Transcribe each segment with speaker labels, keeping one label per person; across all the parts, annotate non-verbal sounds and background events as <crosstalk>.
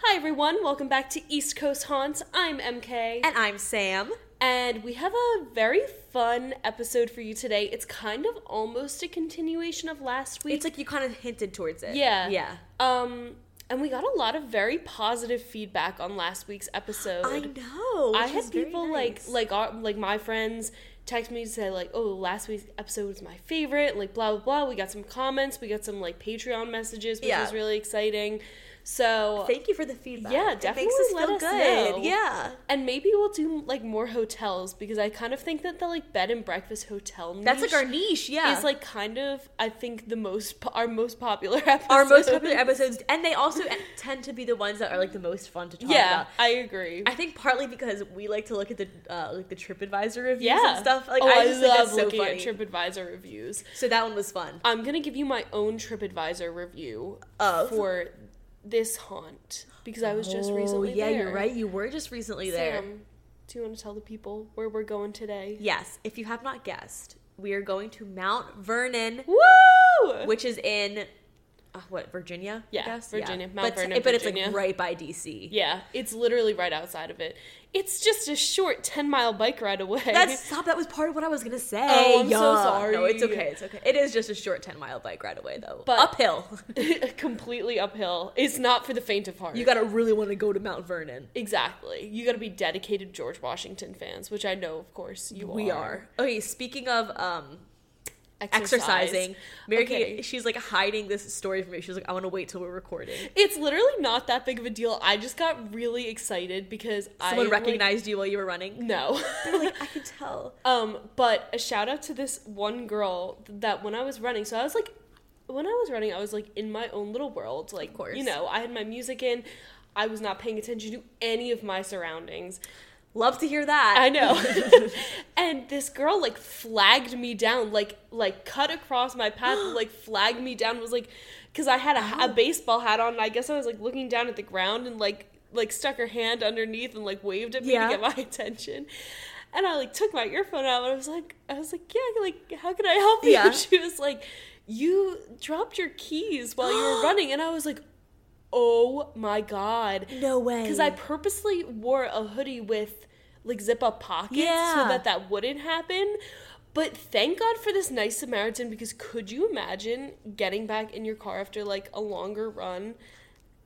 Speaker 1: Hi everyone, welcome back to East Coast Haunts. I'm MK.
Speaker 2: And I'm Sam.
Speaker 1: And we have a very fun episode for you today. It's kind of almost a continuation of last week.
Speaker 2: It's like you kind of hinted towards it.
Speaker 1: Yeah.
Speaker 2: Yeah.
Speaker 1: um and we got a lot of very positive feedback on last week's episode.
Speaker 2: I know.
Speaker 1: I
Speaker 2: which
Speaker 1: had
Speaker 2: is very
Speaker 1: people
Speaker 2: nice.
Speaker 1: like like our, like my friends text me to say like, "Oh, last week's episode was my favorite." Like blah blah blah. We got some comments. We got some like Patreon messages, which
Speaker 2: Yeah.
Speaker 1: was really exciting. So
Speaker 2: Thank you for the feedback.
Speaker 1: Yeah,
Speaker 2: It
Speaker 1: definitely
Speaker 2: makes us
Speaker 1: let
Speaker 2: feel
Speaker 1: us
Speaker 2: good.
Speaker 1: know.
Speaker 2: Yeah.
Speaker 1: and maybe we'll do like more hotels because I kind of think that the like bed and breakfast hotel niche
Speaker 2: That's like our niche, yeah.
Speaker 1: is like kind of I think the most po- our most popular <laughs> episode.
Speaker 2: our most popular episodes and they also tend to be the ones that are like the most fun to talk
Speaker 1: Yeah,
Speaker 2: about.
Speaker 1: I agree.
Speaker 2: I think partly because we like to look at the uh, like the TripAdvisor reviews
Speaker 1: yeah,
Speaker 2: and stuff. Like
Speaker 1: oh,
Speaker 2: I
Speaker 1: I, love
Speaker 2: just think that's
Speaker 1: looking
Speaker 2: so funny.
Speaker 1: at TripAdvisor reviews.
Speaker 2: so that one was fun.
Speaker 1: I'm gonna give you my own TripAdvisor review
Speaker 2: Of?
Speaker 1: for this haunt because I was just recently.
Speaker 2: Oh, yeah,
Speaker 1: there.
Speaker 2: you're right. You were just recently there.
Speaker 1: Sam, do you want to tell the people where we're going today?
Speaker 2: Yes, if you have not guessed, we are going to Mount Vernon,
Speaker 1: Woo!
Speaker 2: <laughs> which is in uh, what Virginia? I
Speaker 1: Yeah,
Speaker 2: guess?
Speaker 1: Virginia, Mount
Speaker 2: but, it's-
Speaker 1: Vernon,
Speaker 2: but it's
Speaker 1: Virginia.
Speaker 2: like right by DC.
Speaker 1: yeah, it's literally right outside of it. It's just a short ten mile bike ride away.
Speaker 2: That's stop. That was part of what I was gonna say.
Speaker 1: Oh, I'm so
Speaker 2: Yeah.
Speaker 1: sorry.
Speaker 2: No, it's okay. It's okay. It is just a short ten mile bike ride away though.
Speaker 1: But-
Speaker 2: uphill.
Speaker 1: <laughs> completely uphill. It's not for the faint of heart.
Speaker 2: <laughs> you gotta really want to go to Mount Vernon.
Speaker 1: exactly. You got to be dedicated George Washington fans, which I know, of course, you
Speaker 2: We are. Okay, speaking of um exercising, Mary
Speaker 1: Mary Kay-
Speaker 2: Kay, she's like hiding this story from me. She's like, I want to wait till we're recording.
Speaker 1: It's literally not that big of a deal. I just got really excited because I
Speaker 2: Someone
Speaker 1: like,
Speaker 2: recognized you while you were running.
Speaker 1: no. <laughs>
Speaker 2: like, <laughs> I can tell.
Speaker 1: um, but a shout out to this one girl that when I was running, so I was like, when I was running, I was like in my own little world. Like,
Speaker 2: course.
Speaker 1: you know, I had my music in. I was not paying attention to any of my surroundings.
Speaker 2: Love to hear that.
Speaker 1: I
Speaker 2: <laughs>
Speaker 1: know. and this girl like flagged me down, like like cut across my
Speaker 2: <gasps>
Speaker 1: path, like flagged me down. Was like, because I had a, a baseball hat on, and I guess I was like looking down at the ground and like like stuck her hand underneath and like waved at me
Speaker 2: Yeah.
Speaker 1: to get my <laughs> attention. And I like took my earphone out and I was like, I was like, yeah, like how can I help you?
Speaker 2: Yeah.
Speaker 1: <laughs> She was like, you dropped your keys while you
Speaker 2: <gasps>
Speaker 1: were running, and I was like, oh my god,
Speaker 2: No way.
Speaker 1: because I purposely wore a hoodie with like zip up pockets so
Speaker 2: Yeah.
Speaker 1: that that wouldn't happen. But thank God for this nice Samaritan because could you imagine getting back in your car after like a longer run?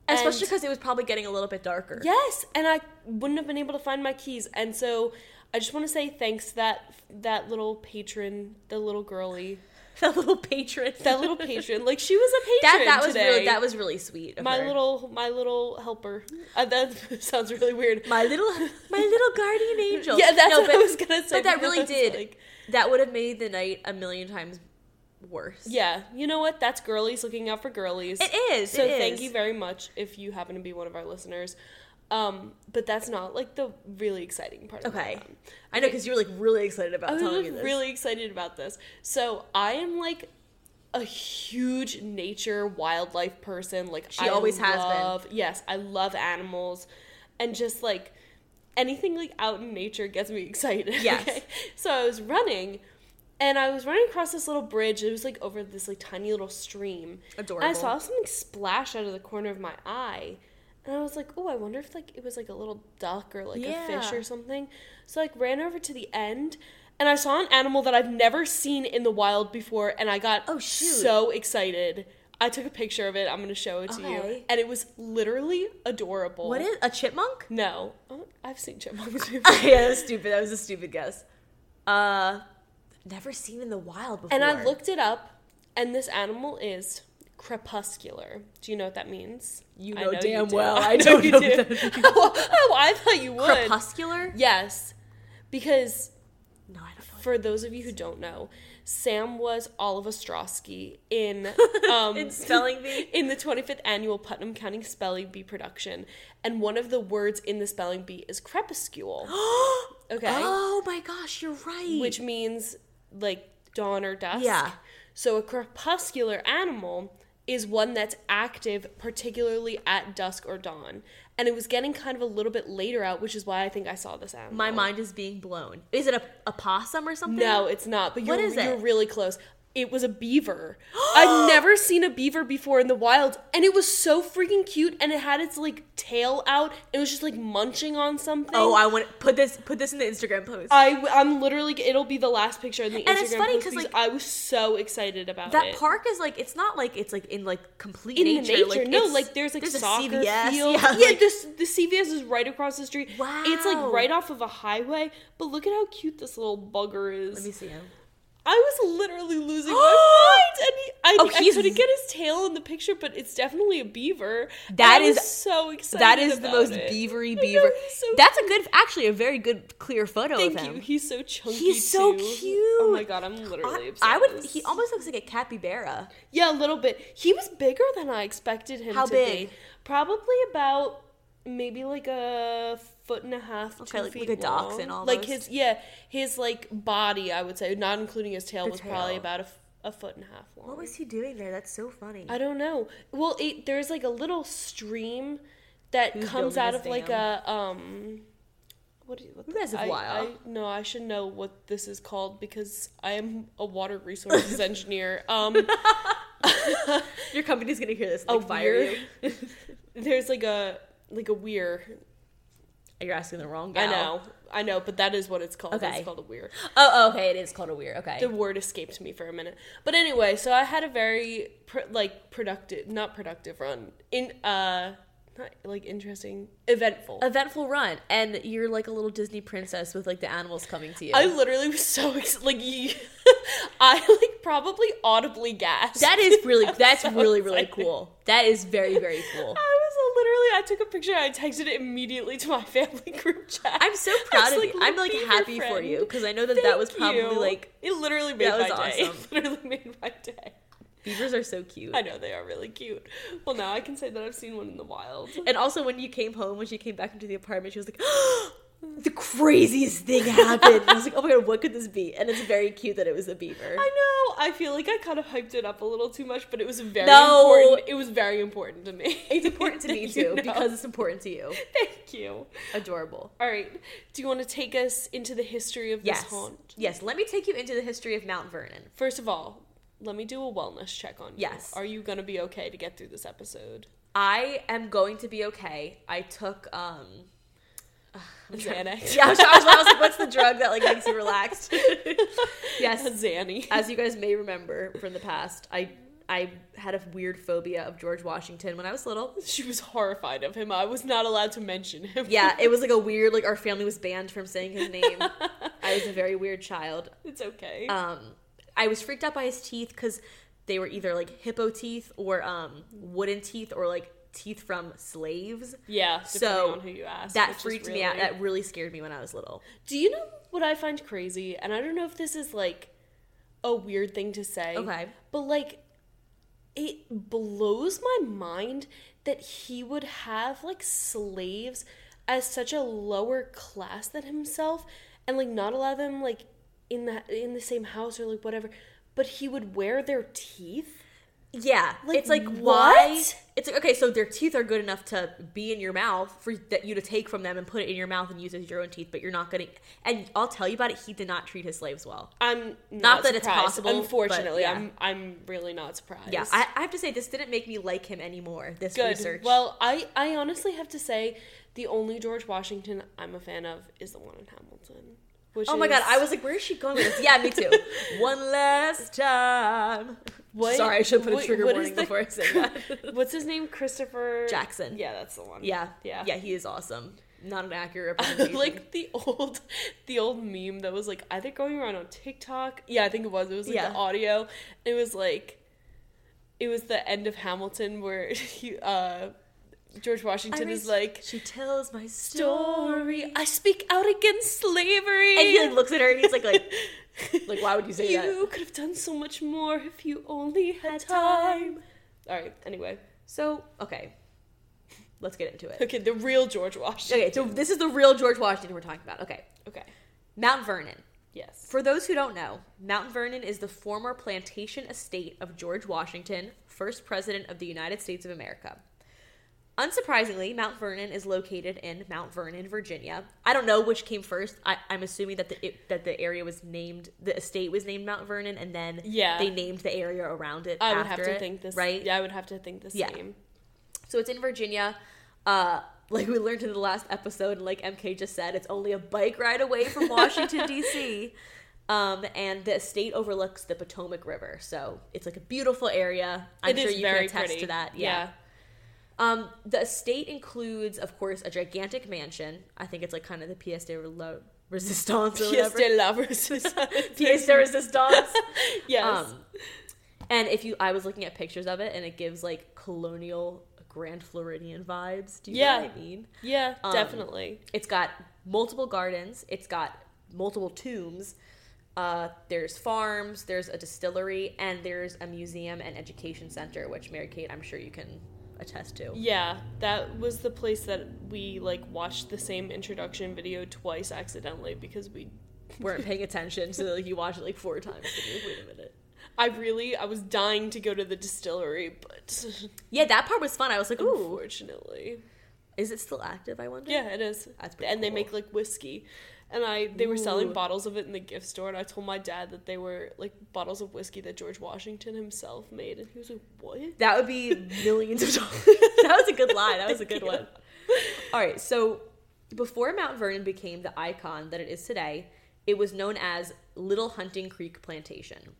Speaker 1: And-
Speaker 2: especially because it was probably getting a little bit darker.
Speaker 1: yes, and I wouldn't have been able to find my keys, and so I just want to say thanks to that that little patron, the little girly,
Speaker 2: <laughs> that little patron.
Speaker 1: that little patron. like she was a
Speaker 2: <laughs> that
Speaker 1: patron.
Speaker 2: that was
Speaker 1: today.
Speaker 2: really that was really sweet. of
Speaker 1: my
Speaker 2: her.
Speaker 1: little my little helper. Uh, that <laughs> sounds really weird. <laughs>
Speaker 2: my little my little guardian angel.
Speaker 1: Yeah, that's
Speaker 2: No,
Speaker 1: what
Speaker 2: but
Speaker 1: I was gonna say.
Speaker 2: but that
Speaker 1: because
Speaker 2: really
Speaker 1: I was
Speaker 2: did.
Speaker 1: like-
Speaker 2: that would have made the night a million times worse.
Speaker 1: yeah, you know what? That's girlies looking out for girlies.
Speaker 2: it is.
Speaker 1: so
Speaker 2: it
Speaker 1: thank
Speaker 2: is.
Speaker 1: you very much if you happen to be one of our listeners. Um, but that's not like the really exciting part. Of
Speaker 2: Okay.
Speaker 1: my run.
Speaker 2: I know because you were like really excited about
Speaker 1: I
Speaker 2: telling me
Speaker 1: was
Speaker 2: this.
Speaker 1: really excited about this. So I am like a huge nature wildlife person. Like
Speaker 2: She
Speaker 1: I
Speaker 2: always has been.
Speaker 1: love, been. Yes, I love animals, and just like anything like out in nature gets me excited. <laughs>
Speaker 2: Yes.
Speaker 1: So I was running, and I was running across this little bridge. It was like over this like tiny little stream.
Speaker 2: Adorable.
Speaker 1: And I saw something splash out of the corner of my eye. And I was like, oh, I wonder if like it was like a little duck or like a fish
Speaker 2: Yeah.
Speaker 1: or something. So I, like ran over to the end and I saw an animal that I've never seen in the wild before and I got
Speaker 2: Oh, shoot.
Speaker 1: so excited. I took a picture of it. I'm going to show it to you.
Speaker 2: Okay.
Speaker 1: And it was literally adorable.
Speaker 2: What is
Speaker 1: <laughs>
Speaker 2: a chipmunk? <laughs>
Speaker 1: No. Oh, I've seen chipmunks before.
Speaker 2: yeah, that was stupid. That was a stupid guess. Uh, never seen in the wild before.
Speaker 1: and I looked it up and this animal is crepuscular. Do you know what that means?
Speaker 2: You
Speaker 1: <laughs> I
Speaker 2: know damn
Speaker 1: do.
Speaker 2: well. I don't know what
Speaker 1: <laughs>
Speaker 2: that means.
Speaker 1: oh, oh, I thought you would.
Speaker 2: crepuscular.
Speaker 1: Yes. Because
Speaker 2: No, I don't know.
Speaker 1: for those of you who don't know, Sam was Olive Ostrowski
Speaker 2: <laughs>
Speaker 1: in um,
Speaker 2: In spelling <gasps> bee?
Speaker 1: in the 25th annual Putnam County Spelling Bee production, and one of the words in the spelling bee is
Speaker 2: <gasps>
Speaker 1: crepuscule, <gasps> Okay.
Speaker 2: Oh my gosh, you're right.
Speaker 1: which means like dawn or dusk.
Speaker 2: Yeah.
Speaker 1: So a crepuscular animal is one that's active, particularly at dusk or dawn, and it was getting kind of a little bit later out, which is why I think I saw this animal.
Speaker 2: my mind is being blown. Is it a, a possum or something?
Speaker 1: No, it's not. But you're,
Speaker 2: What is
Speaker 1: you're
Speaker 2: it?
Speaker 1: really close. it was a
Speaker 2: <gasps>
Speaker 1: beaver. I've never seen a beaver before in the wild, and it was so freaking cute. And it had its like tail out. It was just like munching on something.
Speaker 2: Oh, I want put this put this in the Instagram post.
Speaker 1: I am literally it'll be the last picture in the
Speaker 2: And
Speaker 1: Instagram
Speaker 2: it's funny
Speaker 1: post
Speaker 2: 'cause,
Speaker 1: because I
Speaker 2: like,
Speaker 1: was so excited about
Speaker 2: that
Speaker 1: it.
Speaker 2: park is like it's not like it's like in like complete
Speaker 1: in
Speaker 2: nature.
Speaker 1: the nature, no,
Speaker 2: it's-
Speaker 1: like there's like
Speaker 2: there's
Speaker 1: soccer
Speaker 2: a CVS.
Speaker 1: field.
Speaker 2: Yeah,
Speaker 1: Yeah,
Speaker 2: like-
Speaker 1: this the CVS is right across the street. it's like
Speaker 2: Wow.
Speaker 1: right off of a highway. But look at how cute this little bugger is.
Speaker 2: let me see him.
Speaker 1: I was literally losing
Speaker 2: <gasps>
Speaker 1: my mind, and he, I,
Speaker 2: Oh,
Speaker 1: I
Speaker 2: he's-
Speaker 1: couldn't get his tail in the picture, but it's definitely a beaver. And
Speaker 2: That
Speaker 1: I was
Speaker 2: is-
Speaker 1: so excited.
Speaker 2: That is the
Speaker 1: about
Speaker 2: most
Speaker 1: it. <laughs>
Speaker 2: beavery
Speaker 1: know,
Speaker 2: beaver.
Speaker 1: he's so
Speaker 2: That's a good, actually, a very good clear photo
Speaker 1: Thank
Speaker 2: of him.
Speaker 1: you. He's so chunky.
Speaker 2: He's so
Speaker 1: too.
Speaker 2: cute.
Speaker 1: Oh my god, I'm literally.
Speaker 2: I,
Speaker 1: obsessed.
Speaker 2: I would.
Speaker 1: with
Speaker 2: He
Speaker 1: this.
Speaker 2: almost looks like a capybara.
Speaker 1: Yeah, a little bit. He was bigger than I expected him
Speaker 2: How
Speaker 1: to
Speaker 2: big?
Speaker 1: be. Probably about maybe like a foot and a half, two
Speaker 2: like-
Speaker 1: feet
Speaker 2: like a
Speaker 1: long.
Speaker 2: dachshund
Speaker 1: Like
Speaker 2: almost.
Speaker 1: his yeah, his like body, I would say, not including his tail,
Speaker 2: The
Speaker 1: was probably
Speaker 2: tail.
Speaker 1: about a, f- a foot and a half long.
Speaker 2: What was he doing there? That's so funny.
Speaker 1: I don't know. Well, it, there's like a little stream that
Speaker 2: Who's
Speaker 1: comes
Speaker 2: building
Speaker 1: out
Speaker 2: his
Speaker 1: of like a um. What do you? What the,
Speaker 2: Reservoir.
Speaker 1: I, I, no, I should know what this is called because I am a water
Speaker 2: <laughs>
Speaker 1: resources engineer. Um,
Speaker 2: Your company's gonna hear this.
Speaker 1: a
Speaker 2: Like, fire
Speaker 1: weir. <laughs> there's like a like a weir.
Speaker 2: You're asking the wrong
Speaker 1: I know, I know, but that is what it's called.
Speaker 2: Okay.
Speaker 1: It's called a weir.
Speaker 2: Oh, okay. It is called a weird. Okay.
Speaker 1: The word escaped me for a minute, but anyway, so I had a very pr- like productive, not productive run in uh, not like interesting, eventful.
Speaker 2: Eventful run, and you're like a little Disney princess with like the animals coming to you.
Speaker 1: I literally was so ex- like you, <laughs> I like probably audibly gasped. <laughs>
Speaker 2: that is really. That's
Speaker 1: so
Speaker 2: really really
Speaker 1: excited.
Speaker 2: cool. That is very very cool.
Speaker 1: I was literally I took a picture and I texted it immediately to my <laughs> family group chat.
Speaker 2: I'm so
Speaker 1: I
Speaker 2: proud
Speaker 1: was
Speaker 2: of
Speaker 1: like,
Speaker 2: you. I'm
Speaker 1: "Look
Speaker 2: like
Speaker 1: at your
Speaker 2: happy for
Speaker 1: friend."
Speaker 2: you because I know that that
Speaker 1: Thank
Speaker 2: was probably
Speaker 1: you.
Speaker 2: like
Speaker 1: it literally made
Speaker 2: that was
Speaker 1: my day.
Speaker 2: awesome.
Speaker 1: It <laughs> literally made my day.
Speaker 2: beavers are so cute.
Speaker 1: I know they are really cute. Well, now I can say that I've seen one in the wild.
Speaker 2: And also, when you came home, when she came back into the apartment, she was like, <gasps> "The craziest thing happened." And I was like, "Oh my god, what could this be?" And it's very cute that it was a
Speaker 1: I
Speaker 2: beaver.
Speaker 1: know. I feel like I kind of hyped it up a little too much, but it was very
Speaker 2: No.
Speaker 1: important. It was very important to me.
Speaker 2: It's important to me
Speaker 1: That <laughs> you
Speaker 2: too
Speaker 1: know.
Speaker 2: because it's important to you.
Speaker 1: Thank you.
Speaker 2: Adorable.
Speaker 1: All right. Do you want to take us into the history of
Speaker 2: Yes.
Speaker 1: this haunt?
Speaker 2: Yes. Let me take you into the history of Mount Vernon.
Speaker 1: First of all, let me do a wellness check on you.
Speaker 2: Yes.
Speaker 1: Are you going to be okay to get through this episode?
Speaker 2: I am going to be okay. I took um. <laughs> I'm trying-
Speaker 1: Xanax.
Speaker 2: <laughs> Yeah, I was, I was- I was like, "What's the drug that like makes you relaxed?"
Speaker 1: <laughs>
Speaker 2: yes,
Speaker 1: Zanny.
Speaker 2: as you guys may remember from the past, I I had a weird phobia of George Washington when I was little.
Speaker 1: She was horrified of him. I was not allowed to mention him.
Speaker 2: Yeah, it was like a weird like our family was banned from saying his name. I was a very weird child.
Speaker 1: <laughs> It's okay.
Speaker 2: Um I was freaked out by his teeth cuz they were either like hippo teeth or um wooden teeth or like teeth from slaves.
Speaker 1: yeah. Depending
Speaker 2: so
Speaker 1: on who you ask. which
Speaker 2: That
Speaker 1: is
Speaker 2: freaked
Speaker 1: really-
Speaker 2: me out. That really scared me when I was little.
Speaker 1: Do you know what I find crazy? And I don't know if this is like a weird thing to say.
Speaker 2: Okay.
Speaker 1: But like it blows my mind that he would have like slaves as such a lower class than himself and like not allow them like in the in the same house or like whatever, but he would wear their teeth?
Speaker 2: Yeah,
Speaker 1: Like,
Speaker 2: it's like
Speaker 1: what?
Speaker 2: why? It's like okay, so their teeth are good enough to be in your mouth for that you to take from them and put it in your mouth and use it as your own teeth, but you're not gonna. And I'll tell you about it. He did not treat his slaves well.
Speaker 1: I'm not,
Speaker 2: that it's
Speaker 1: surprised.
Speaker 2: possible, but,
Speaker 1: Unfortunately,
Speaker 2: yeah.
Speaker 1: I'm I'm really not surprised.
Speaker 2: Yeah, I, I have to say this didn't make me like him anymore. This
Speaker 1: Good.
Speaker 2: research.
Speaker 1: Well, I, I honestly have to say the only George Washington I'm a fan of is the one in Hamilton. Which
Speaker 2: oh my god,
Speaker 1: is-
Speaker 2: I was like, where is she going with this? Yeah, me too.
Speaker 1: <laughs>
Speaker 2: One last time.
Speaker 1: What-
Speaker 2: Sorry, I should put
Speaker 1: what-
Speaker 2: a trigger
Speaker 1: what
Speaker 2: warning
Speaker 1: is the-
Speaker 2: before I
Speaker 1: <laughs>
Speaker 2: said that.
Speaker 1: What's his name? Christopher
Speaker 2: Jackson.
Speaker 1: Yeah, that's the one.
Speaker 2: yeah,
Speaker 1: yeah,
Speaker 2: yeah. He is awesome. Not an accurate representation.
Speaker 1: <laughs> like the old, the old meme that was like either going around on TikTok. Yeah, I think it was. It was like
Speaker 2: Yeah.
Speaker 1: the audio. It was like, it was the end of Hamilton where <laughs> he, uh, George Washington
Speaker 2: I
Speaker 1: is
Speaker 2: res-
Speaker 1: like.
Speaker 2: she tells my story.
Speaker 1: Story. I speak out against slavery.
Speaker 2: And he like looks at her and he's like, <laughs> like, like why would you say that?
Speaker 1: You could have done so much more if you only had time. All right. Anyway,
Speaker 2: So okay, let's get into it.
Speaker 1: <laughs> okay, the real George Washington.
Speaker 2: Okay, so this is the real George Washington we're talking about. Okay,
Speaker 1: Okay.
Speaker 2: Mount Vernon.
Speaker 1: Yes.
Speaker 2: For those who don't know, Mount Vernon is the former plantation estate of George Washington, first president of the United States of America. Unsurprisingly, Mount Vernon is located in Mount Vernon, Virginia. I don't know which came first. I, I'm assuming that the it, that the area was named the estate was named Mount Vernon, and then
Speaker 1: Yeah.
Speaker 2: they named the area around it.
Speaker 1: I would have
Speaker 2: after
Speaker 1: to
Speaker 2: it,
Speaker 1: think this
Speaker 2: right.
Speaker 1: Yeah, I would have to think the
Speaker 2: Yeah.
Speaker 1: same.
Speaker 2: So it's in Virginia. Uh, like we learned in the last episode, and like MK just said, it's only a bike ride away
Speaker 1: <laughs>
Speaker 2: from Washington D.C. Um, and the estate overlooks the Potomac River, so it's like a beautiful area. I'm
Speaker 1: It
Speaker 2: sure
Speaker 1: is
Speaker 2: you
Speaker 1: very
Speaker 2: can attest
Speaker 1: pretty.
Speaker 2: to that. yeah.
Speaker 1: <laughs>
Speaker 2: Um, the estate includes, of course, a gigantic mansion. I think it's like kind of the pièce de la resistance or
Speaker 1: Pièce
Speaker 2: whatever.
Speaker 1: de la
Speaker 2: <laughs>
Speaker 1: <laughs> Resistance.
Speaker 2: pièce de resistance.
Speaker 1: yes.
Speaker 2: um, and if you, I was looking at pictures of it, and it gives like colonial Grand Floridian vibes. Do you know
Speaker 1: Yeah.
Speaker 2: what I mean?
Speaker 1: yeah,
Speaker 2: um,
Speaker 1: definitely.
Speaker 2: It's got multiple gardens. It's got multiple tombs. Uh, there's farms. There's a distillery, and there's a museum and education center, which Mary Kate, I'm sure you can attest to. <laughs>
Speaker 1: Yeah, that was the place that we like watched the same introduction video twice accidentally because we
Speaker 2: weren't paying attention, so like you watch it like four times. and you're like, Wait a minute.
Speaker 1: I really I was dying to go to the distillery, but
Speaker 2: Yeah, that part was fun. I was like, ooh,
Speaker 1: unfortunately.
Speaker 2: is it still active? I wonder.
Speaker 1: Yeah, it is.
Speaker 2: That's pretty
Speaker 1: and they
Speaker 2: cool.
Speaker 1: make like whiskey. And I they were selling
Speaker 2: Ooh.
Speaker 1: bottles of it in the gift store and I told my dad that they were like bottles of whiskey that George Washington himself made and he was like, "What?"
Speaker 2: That would be millions <laughs> of dollars. <laughs> that was a good lie. That was a
Speaker 1: Thank
Speaker 2: good
Speaker 1: you.
Speaker 2: one. All right, so before Mount Vernon became the icon that it is today, it was known as Little Hunting Creek Plantation.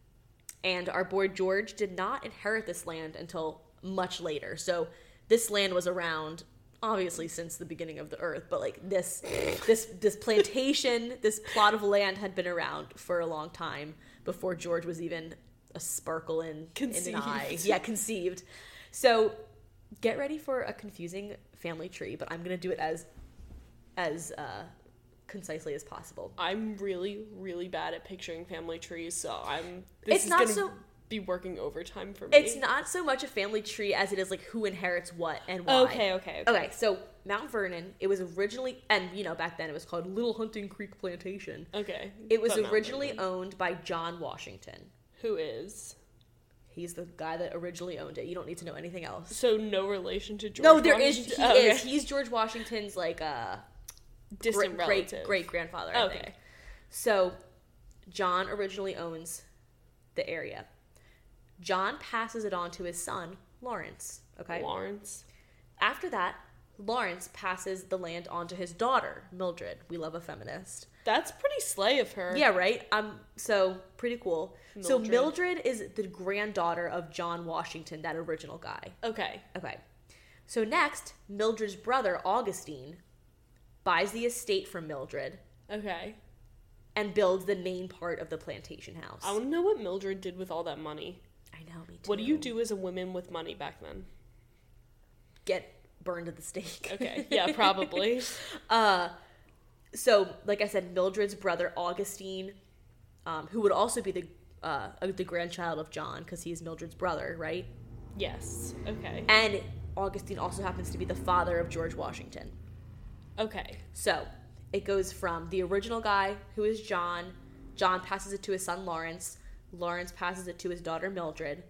Speaker 2: And our boy George did not inherit this land until much later. So this land was around obviously since the beginning of the earth, but like this this this plantation, this plot of land had been around for a long time before George was even a sparkle in, in an eye.
Speaker 1: Conceived.
Speaker 2: Yeah, conceived. So get ready for a confusing family tree, but I'm gonna do it as as uh, concisely as possible.
Speaker 1: <laughs> I'm really really bad at picturing family trees, so I'm this
Speaker 2: It's
Speaker 1: is
Speaker 2: not
Speaker 1: gonna
Speaker 2: so-
Speaker 1: be working overtime for me.
Speaker 2: It's not so much a family tree as it is like who inherits what and why.
Speaker 1: Okay, okay, okay.
Speaker 2: Okay, so Mount Vernon, it was originally, and you know, back then it was called Little Hunting Creek Plantation.
Speaker 1: Okay.
Speaker 2: It was
Speaker 1: But not
Speaker 2: originally
Speaker 1: really.
Speaker 2: owned by John Washington.
Speaker 1: who is
Speaker 2: He's the guy that originally owned it. You don't need to know anything else.
Speaker 1: so no relation to George.
Speaker 2: no, there is.
Speaker 1: Washington?
Speaker 2: He
Speaker 1: Oh, okay.
Speaker 2: is. He's George Washington's like uh,
Speaker 1: distant
Speaker 2: great,
Speaker 1: relative.
Speaker 2: great great grandfather. I
Speaker 1: Okay.
Speaker 2: think. So, John originally owns the area. John passes it on to his son Lawrence. Okay.
Speaker 1: Lawrence.
Speaker 2: After that, Lawrence passes the land on to his daughter Mildred. We love a feminist.
Speaker 1: That's pretty slay of her.
Speaker 2: Yeah, right. Um, so pretty cool. So
Speaker 1: Mildred.
Speaker 2: Mildred is the granddaughter of John Washington, that original guy.
Speaker 1: Okay.
Speaker 2: Okay. So next, Mildred's brother Augustine buys the estate from Mildred
Speaker 1: Okay.
Speaker 2: and builds the main part of the plantation house.
Speaker 1: I want to know what Mildred did with all that money.
Speaker 2: I know. Me too.
Speaker 1: What do you do as a woman with money back then?
Speaker 2: Get burned at the stake.
Speaker 1: <laughs> Okay. Yeah, probably.
Speaker 2: <laughs> Uh, so like I said, Mildred's brother Augustine, um, who would also be the uh, the grandchild of John because he's Mildred's brother, right?
Speaker 1: yes. Okay.
Speaker 2: And Augustine also happens to be the father of George Washington.
Speaker 1: Okay.
Speaker 2: So it goes from the original guy, who is John. John passes it to his son Lawrence. Lawrence passes it to his daughter Mildred.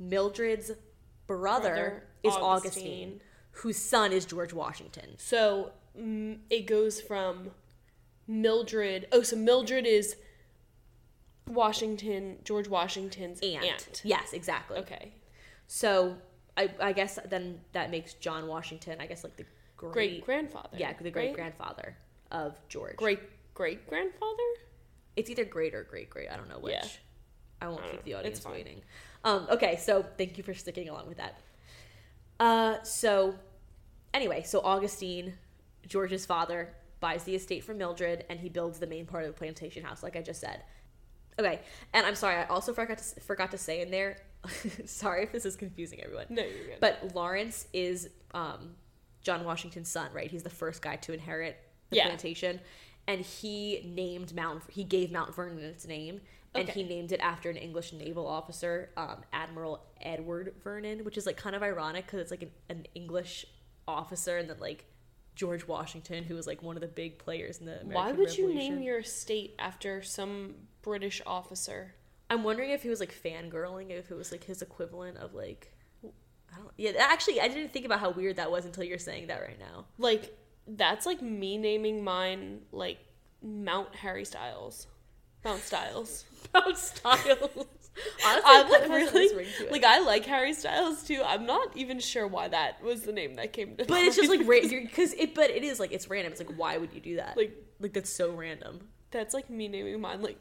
Speaker 2: Mildred's brother,
Speaker 1: Brother,
Speaker 2: is
Speaker 1: Augustine.
Speaker 2: Augustine. whose son is George Washington.
Speaker 1: So mm, it goes from Mildred. Oh, so Mildred is Washington, George Washington's
Speaker 2: Aunt.
Speaker 1: aunt.
Speaker 2: Yes, exactly.
Speaker 1: Okay.
Speaker 2: So I, I guess then that makes John Washington, I guess, like the great,
Speaker 1: Great grandfather.
Speaker 2: yeah, the great grandfather of George.
Speaker 1: Great great grandfather?
Speaker 2: It's either great or great great. I don't know which.
Speaker 1: Yeah.
Speaker 2: I won't
Speaker 1: I don't
Speaker 2: keep the
Speaker 1: know. Mm, It's
Speaker 2: audience
Speaker 1: fine.
Speaker 2: waiting. Um, okay, so thank you for sticking along with that. Uh, so anyway, so Augustine, George's father, buys the estate from Mildred, and he builds the main part of the plantation house, like I just said. Okay, and I'm sorry, I also forgot to forgot to say in there. <laughs> sorry if this is confusing everyone.
Speaker 1: No, you're good.
Speaker 2: But Lawrence is um, John Washington's son, right? He's the first guy to inherit the
Speaker 1: Yeah.
Speaker 2: plantation, and he named Mount. He gave Mount Vernon its name, and
Speaker 1: Okay.
Speaker 2: he named it after an English naval officer, um, Admiral Edward Vernon, which is like kind of ironic because it's like an, an English officer, and then like George Washington, who was like one of the big players in the American
Speaker 1: Why would you
Speaker 2: Revolution.
Speaker 1: name your estate after some British officer?
Speaker 2: I'm wondering if he was like fangirling, if it was like his equivalent of like, I don't. Yeah, that- actually, I didn't think about how weird that was until you're saying that right now.
Speaker 1: Like that's like me naming mine like Mount Harry Styles. Mount Styles.
Speaker 2: <laughs> About styles. Honestly,
Speaker 1: I
Speaker 2: it
Speaker 1: like
Speaker 2: kinda has this
Speaker 1: really
Speaker 2: ring to it.
Speaker 1: like I like Harry Styles too. I'm not even sure why that was the name that came to
Speaker 2: but it's just like because it, but it is like it's random. It's like why would you do that?
Speaker 1: like
Speaker 2: like that's so random.
Speaker 1: <laughs> that's like me naming mine like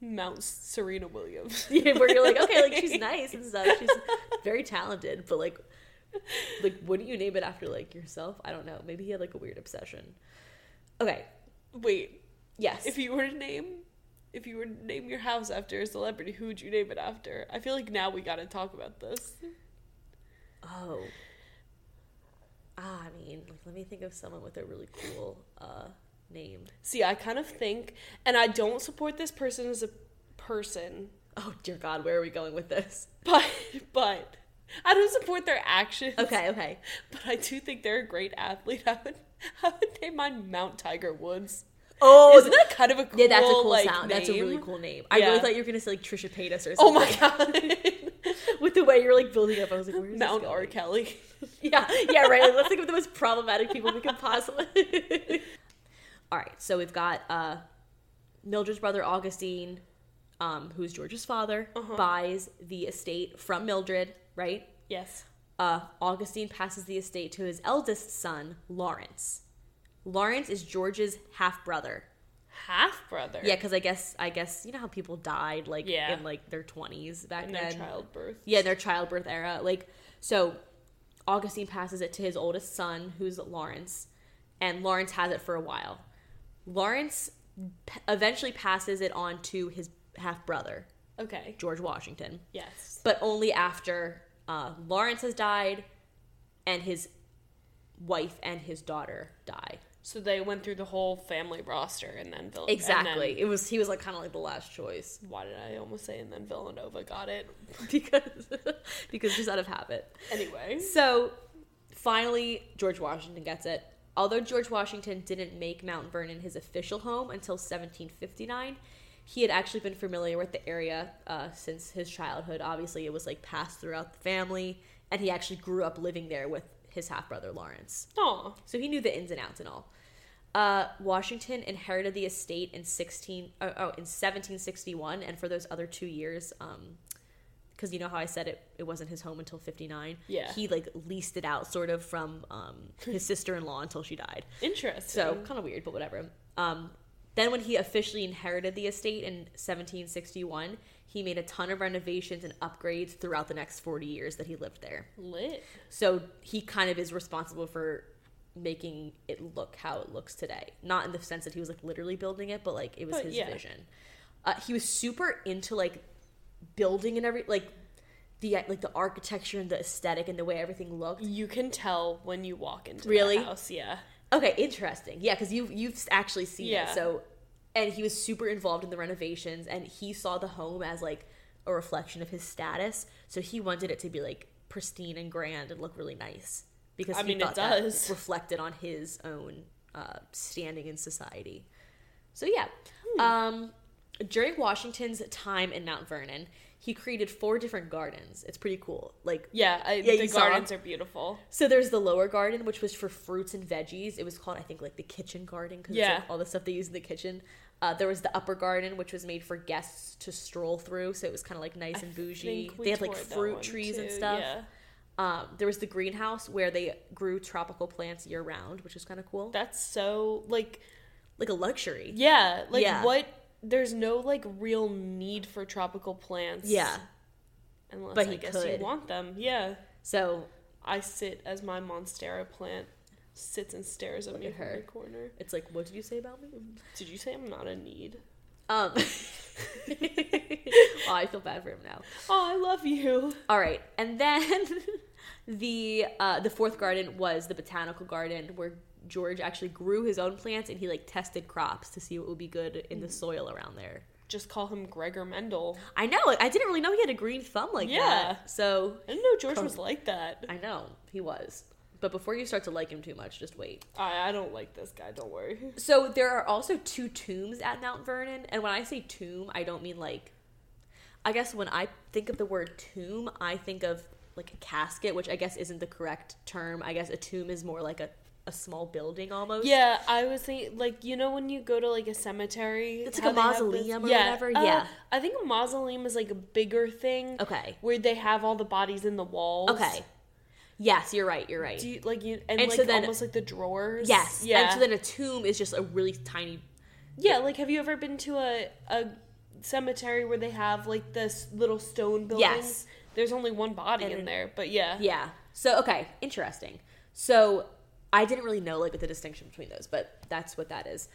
Speaker 1: Mount Serena Williams.
Speaker 2: <laughs>
Speaker 1: <laughs>
Speaker 2: Yeah, where you're like, okay, like <laughs> she's nice and stuff. She's very talented, but like, like wouldn't you name it after like yourself? I don't know. Maybe he had like a weird obsession. Okay.
Speaker 1: Wait,
Speaker 2: Yes.
Speaker 1: if you were to name if you were to name your house after a celebrity, who would you name it after? I feel like now we gotta talk about this.
Speaker 2: oh. Ah, I mean, like, let me think of someone with a really cool uh name.
Speaker 1: See, I kind of think, and I don't support this person as a person,
Speaker 2: Oh dear God, where are we going with <laughs> this?
Speaker 1: but but I don't support their actions.
Speaker 2: Okay, okay.
Speaker 1: But I do think they're a great athlete. I would I would name mine Mount Tiger Woods.
Speaker 2: Oh,
Speaker 1: Isn't that kind of a cool?
Speaker 2: yeah, that's a cool
Speaker 1: like,
Speaker 2: sound. That's a really
Speaker 1: name?
Speaker 2: cool name. I really
Speaker 1: Yeah.
Speaker 2: thought you were gonna say like Trisha Paytas or something.
Speaker 1: Oh my
Speaker 2: <laughs>
Speaker 1: god,
Speaker 2: With the way you're like building up, I was like,
Speaker 1: <laughs>
Speaker 2: where's
Speaker 1: Mount
Speaker 2: this
Speaker 1: R.
Speaker 2: going?
Speaker 1: Kelly.
Speaker 2: <laughs> Yeah, yeah, right. Like, let's think of the most problematic people we can possibly. <laughs> All right, so we've got uh, Mildred's brother Augustine, um, who's George's father,
Speaker 1: Uh-huh.
Speaker 2: buys the estate from Mildred. Right,
Speaker 1: Yes.
Speaker 2: uh, Augustine passes the estate to his eldest son Lawrence. Lawrence is George's half brother.
Speaker 1: Half brother.
Speaker 2: Yeah, because I guess I guess you know how people died like
Speaker 1: Yeah.
Speaker 2: in like their twenties back
Speaker 1: In
Speaker 2: then.
Speaker 1: their childbirth.
Speaker 2: Yeah, in their childbirth era. Like, so Augustine passes it to his oldest son, who's Lawrence, and Lawrence has it for a while. Lawrence p- eventually passes it on to his half brother,
Speaker 1: Okay.
Speaker 2: George Washington,
Speaker 1: Yes.
Speaker 2: but only after uh, Lawrence has died and his wife and his daughter die.
Speaker 1: So they went through the whole family roster and then Villanova.
Speaker 2: Exactly. it was he was like kind of like the last choice
Speaker 1: why did I almost say and then Villanova got it?
Speaker 2: <laughs> because because just out of habit.
Speaker 1: Anyway.
Speaker 2: So finally, George Washington gets it. Although George Washington didn't make Mount Vernon his official home until 1759, he had actually been familiar with the area uh, since his childhood. Obviously, it was like passed throughout the family, and he actually grew up living there with his half brother Lawrence.
Speaker 1: Aw.
Speaker 2: So he knew the ins and outs and all. Uh, Washington inherited the estate in sixteen oh, oh in seventeen sixty one, and for those other two years, because you know how I said it, it wasn't his home until fifty nine.
Speaker 1: Yeah.
Speaker 2: he like leased it out sort of from um, his sister in law until she died.
Speaker 1: Interesting.
Speaker 2: So kind of weird, but whatever. Um, then when he officially inherited the estate in seventeen sixty one, he made a ton of renovations and upgrades throughout the next forty years that he lived there.
Speaker 1: lit.
Speaker 2: So he kind of is responsible for making it look how it looks today. Not in the sense that he was like literally building it, but like it was
Speaker 1: But,
Speaker 2: his
Speaker 1: yeah.
Speaker 2: vision. Uh, he was super into like building and every like the like the architecture and the aesthetic and the way everything looked.
Speaker 1: You can tell when you walk into
Speaker 2: Really?
Speaker 1: the house. Yeah.
Speaker 2: Okay, interesting. Yeah, because you you've actually seen
Speaker 1: Yeah.
Speaker 2: it. So, and he was super involved in the renovations, and he saw the home as like a reflection of his status. So he wanted it to be like pristine and grand and look really nice because
Speaker 1: I
Speaker 2: he
Speaker 1: mean, it
Speaker 2: thought that
Speaker 1: does.
Speaker 2: <laughs> reflected on his own uh, standing in society. So yeah,
Speaker 1: Hmm.
Speaker 2: um, during Washington's time in Mount Vernon, he created four different gardens. It's pretty cool. Like
Speaker 1: Yeah. I,
Speaker 2: Yeah,
Speaker 1: the
Speaker 2: you saw.
Speaker 1: gardens are beautiful.
Speaker 2: so there's the lower garden, which was for fruits and veggies. It was called, I think, like the kitchen garden because
Speaker 1: Yeah.
Speaker 2: like all the stuff they use in the kitchen. Uh, there was the upper garden, which was made for guests to stroll through, so it was kind of like nice and bougie.
Speaker 1: Think we
Speaker 2: They had like
Speaker 1: toured that
Speaker 2: fruit
Speaker 1: one,
Speaker 2: trees and
Speaker 1: too,
Speaker 2: stuff.
Speaker 1: Yeah.
Speaker 2: Um, there was the greenhouse where they grew tropical plants year round, which was kind of cool,
Speaker 1: That's so like
Speaker 2: like a luxury.
Speaker 1: yeah like
Speaker 2: Yeah.
Speaker 1: what. There's no like real need for tropical plants.
Speaker 2: Yeah.
Speaker 1: Unless
Speaker 2: But
Speaker 1: I
Speaker 2: he
Speaker 1: guess you
Speaker 2: could.
Speaker 1: want them. Yeah.
Speaker 2: So
Speaker 1: I sit as my monstera plant sits and stares at
Speaker 2: Look
Speaker 1: me
Speaker 2: at
Speaker 1: from
Speaker 2: her.
Speaker 1: the corner.
Speaker 2: it's like, what did you say about me?
Speaker 1: Did you say I'm not a need? <laughs>
Speaker 2: Um, <laughs> oh, I feel bad for him now.
Speaker 1: Oh, I love you.
Speaker 2: All right, and then <laughs> the uh, the fourth garden was the botanical garden where George actually grew his own plants and he like tested crops to see what would be good in the soil around there.
Speaker 1: Just call him Gregor Mendel.
Speaker 2: I know, I didn't really know he had a green thumb like
Speaker 1: Yeah.
Speaker 2: that. So
Speaker 1: I didn't know George
Speaker 2: Come-
Speaker 1: was like that.
Speaker 2: I know he was. But before you start to like him too much, just wait.
Speaker 1: I, I don't like this guy, don't worry.
Speaker 2: So there are also two tombs at Mount Vernon, and when I say tomb, I don't mean like. I guess when I think of the word tomb, I think of like a casket, which I guess isn't the correct term. I guess a tomb is more like a, a small building almost.
Speaker 1: Yeah, I was thinking, like, you know, when you go to like a cemetery,
Speaker 2: It's
Speaker 1: how
Speaker 2: like a
Speaker 1: they have this-
Speaker 2: mausoleum or whatever?
Speaker 1: uh,
Speaker 2: Yeah.
Speaker 1: I think a mausoleum is like a bigger thing.
Speaker 2: Okay.
Speaker 1: where they have all the bodies in the walls.
Speaker 2: Okay. Yes, you're right. You're right.
Speaker 1: do you like you and,
Speaker 2: And
Speaker 1: like
Speaker 2: so then-
Speaker 1: almost like the drawers?
Speaker 2: yes.
Speaker 1: yeah,
Speaker 2: And so then a tomb is just a really tiny.
Speaker 1: yeah. Like, have you ever been to a a cemetery where they have like this little stone building?
Speaker 2: Yes.
Speaker 1: There's only one body
Speaker 2: And-
Speaker 1: in there, but yeah,
Speaker 2: Yeah. So okay, interesting. So I didn't really know like what the distinction between those, but that's what that is.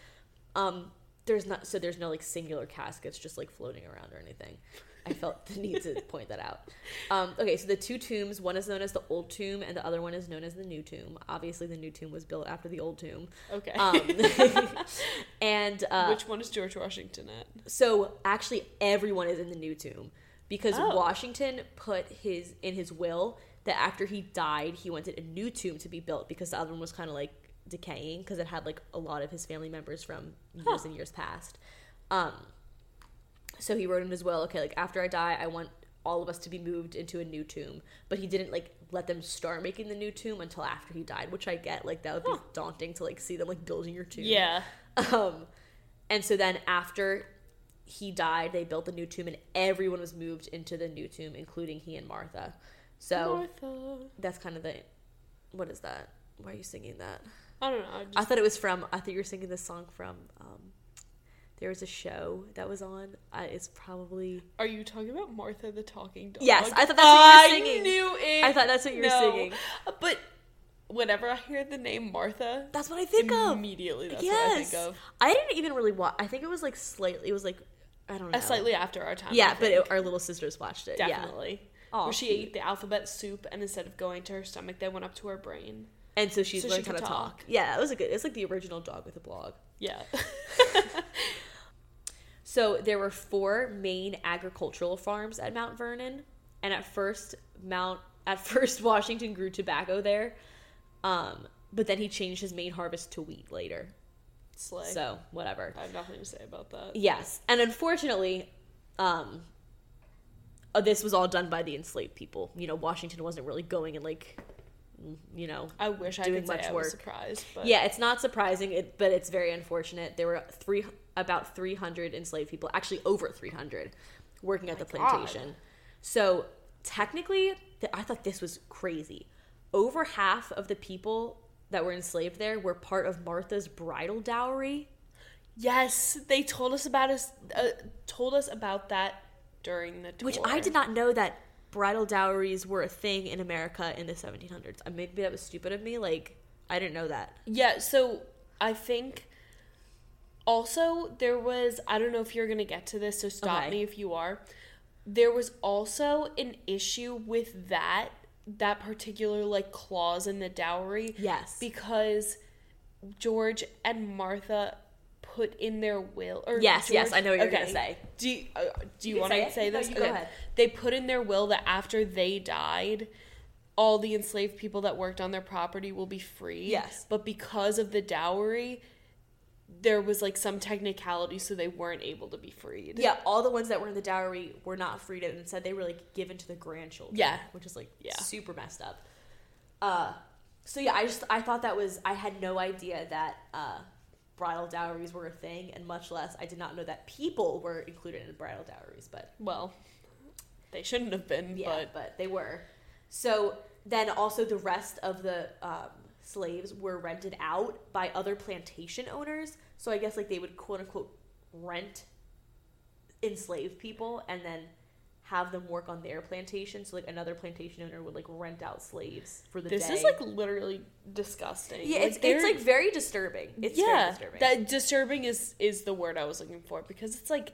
Speaker 2: Um, there's not so there's no like singular caskets just like floating around or anything. I felt the need to point that out. Um, okay, so the two tombs, one is known as the old tomb and the other one is known as the new tomb. Obviously, the new tomb was built after the old tomb.
Speaker 1: Okay. <laughs>
Speaker 2: Um, <laughs> and uh,
Speaker 1: Which one is George Washington at?
Speaker 2: so actually, everyone is in the new tomb because
Speaker 1: Oh.
Speaker 2: Washington put his in his will that after he died, he wanted a new tomb to be built because the other one was kind of like decaying because it had like a lot of his family members from years
Speaker 1: Huh.
Speaker 2: and years past. Um, so he wrote in his will, okay, like after I die, I want all of us to be moved into a new tomb. But he didn't like let them start making the new tomb until after he died, which I get. Like that would be
Speaker 1: Huh.
Speaker 2: daunting to like see them like building your tomb.
Speaker 1: Yeah.
Speaker 2: Um, and so then after he died, they built the new tomb, and everyone was moved into the new tomb, including he and Martha. So
Speaker 1: Martha.
Speaker 2: that's kind of the. What is that? Why are you singing that?
Speaker 1: I don't know. I just,
Speaker 2: I thought it was from. I thought you were singing this song from. Um, there was a show that was on. I, it's probably.
Speaker 1: Are you talking about Martha the Talking Dog?
Speaker 2: Yes, I thought that's what
Speaker 1: I
Speaker 2: you were singing.
Speaker 1: knew it.
Speaker 2: I thought that's what you were singing.
Speaker 1: But whenever I hear the name Martha,
Speaker 2: That's what I think of.
Speaker 1: immediately that's what I
Speaker 2: yes,
Speaker 1: think of.
Speaker 2: I didn't even really watch. I think it was like slightly. It was like I don't know.
Speaker 1: Uh, slightly after our time. I
Speaker 2: Yeah, but
Speaker 1: think.
Speaker 2: it, our little sisters watched it. Yeah.
Speaker 1: definitely.
Speaker 2: Aw,
Speaker 1: Where she
Speaker 2: cute.
Speaker 1: ate the alphabet soup, and instead of going to her stomach, they went up to her brain.
Speaker 2: And so she's
Speaker 1: So she
Speaker 2: learned
Speaker 1: could
Speaker 2: how to talk.
Speaker 1: talk.
Speaker 2: Yeah, it was a good. It's like the original dog with a blog.
Speaker 1: Yeah. <laughs>
Speaker 2: So there were four main agricultural farms at Mount Vernon, and at first Mount at <laughs> first Washington grew tobacco there, um, but then he changed his main harvest to wheat later.
Speaker 1: Slay.
Speaker 2: So whatever.
Speaker 1: I have nothing to say about that.
Speaker 2: Yes, and unfortunately, um, uh, this was all done by the enslaved people. You know, Washington wasn't really going and like, you know,
Speaker 1: I wish I
Speaker 2: Doing
Speaker 1: could say
Speaker 2: much
Speaker 1: I
Speaker 2: work.
Speaker 1: was surprised, but
Speaker 2: Yeah, it's not surprising, it, but it's very unfortunate. There were three about 300 enslaved people, actually over 300, working at the
Speaker 1: God.
Speaker 2: plantation. So technically, th- I thought this was crazy. Over half of the people that were enslaved there were part of Martha's bridal dowry.
Speaker 1: yes, they told us about us. Uh, told us about that during the tour.
Speaker 2: Which I did not know that bridal dowries were a thing in America in the 1700s. Uh, Maybe that was stupid of me. Like, I didn't know that.
Speaker 1: Yeah, so I think also there was I don't know if you're going to get to this, so stop
Speaker 2: Okay.
Speaker 1: me if you are. There was also an issue with that that particular like clause in the dowry
Speaker 2: Yes.
Speaker 1: because George and Martha put in their will or
Speaker 2: Yes, yes, I know what you're gonna
Speaker 1: Okay.
Speaker 2: say.
Speaker 1: Do you, uh, do you,
Speaker 2: can
Speaker 1: want
Speaker 2: say
Speaker 1: to
Speaker 2: it.
Speaker 1: say
Speaker 2: No,
Speaker 1: this?
Speaker 2: you go ahead.
Speaker 1: They put in their will that after they died, all the enslaved people that worked on their property will be free.
Speaker 2: Yes.
Speaker 1: But because of the dowry, there was like some technicality, so they weren't able to be freed.
Speaker 2: Yeah, all the ones that were in the dowry were not freed, and instead they were like given to the grandchildren.
Speaker 1: Yeah.
Speaker 2: which is like
Speaker 1: Yeah.
Speaker 2: super messed up. Uh, so yeah, I just I thought that was I had no idea that uh, bridal dowries were a thing, and much less I did not know that people were included in bridal dowries. But
Speaker 1: Well, they shouldn't have been,
Speaker 2: yeah, but,
Speaker 1: but
Speaker 2: they were. So then also the rest of the um, slaves were rented out by other plantation owners. So I guess like they would quote unquote rent enslaved people and then have them work on their plantation. So like another plantation owner would like rent out slaves for the
Speaker 1: this
Speaker 2: day.
Speaker 1: is like literally disgusting.
Speaker 2: yeah, it's,
Speaker 1: they're-
Speaker 2: it's like very disturbing. It's very disturbing.
Speaker 1: That disturbing is is the word I was looking for because it's like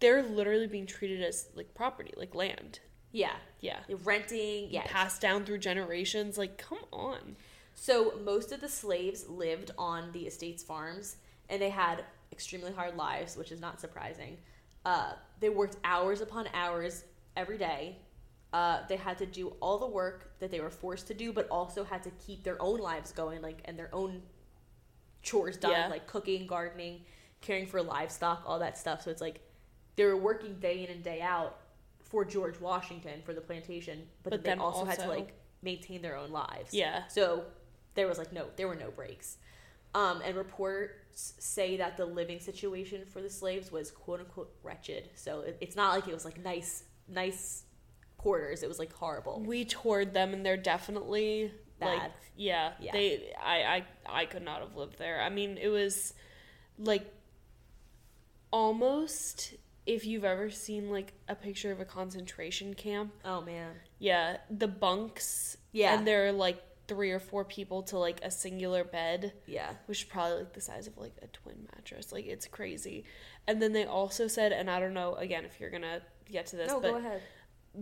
Speaker 1: they're literally being treated as like property, like land.
Speaker 2: yeah,
Speaker 1: Yeah.
Speaker 2: renting. Yeah,
Speaker 1: Passed down through generations. Like, come on.
Speaker 2: So most of the slaves lived on the estate's farms, and they had extremely hard lives, which is not surprising. Uh, they worked hours upon hours every day. Uh, they had to do all the work that they were forced to do, but also had to keep their own lives going, like and their own chores done,
Speaker 1: Yeah.
Speaker 2: like cooking, gardening, caring for livestock, all that stuff. So it's like they were working day in and day out for George Washington for the plantation, but,
Speaker 1: But
Speaker 2: then
Speaker 1: then
Speaker 2: they also, had to
Speaker 1: also-
Speaker 2: like maintain their own lives.
Speaker 1: Yeah.
Speaker 2: So there was like no, there were no breaks. Um, and reports say that the living situation for the slaves was quote unquote wretched. So it, it's not like it was like nice, nice quarters. It was like horrible.
Speaker 1: We toured them, and they're definitely like
Speaker 2: Bad.
Speaker 1: yeah,
Speaker 2: Yeah.
Speaker 1: They I I I could not have lived there. I mean, it was like almost if you've ever seen like a picture of a concentration camp.
Speaker 2: Oh man.
Speaker 1: Yeah, the bunks.
Speaker 2: Yeah.
Speaker 1: and there are like three or four people to like a singular bed.
Speaker 2: Yeah.
Speaker 1: which is probably like the size of like a twin mattress. Like it's crazy. And then they also said, and I don't know again if you're gonna get to this,
Speaker 2: No,
Speaker 1: but
Speaker 2: go ahead.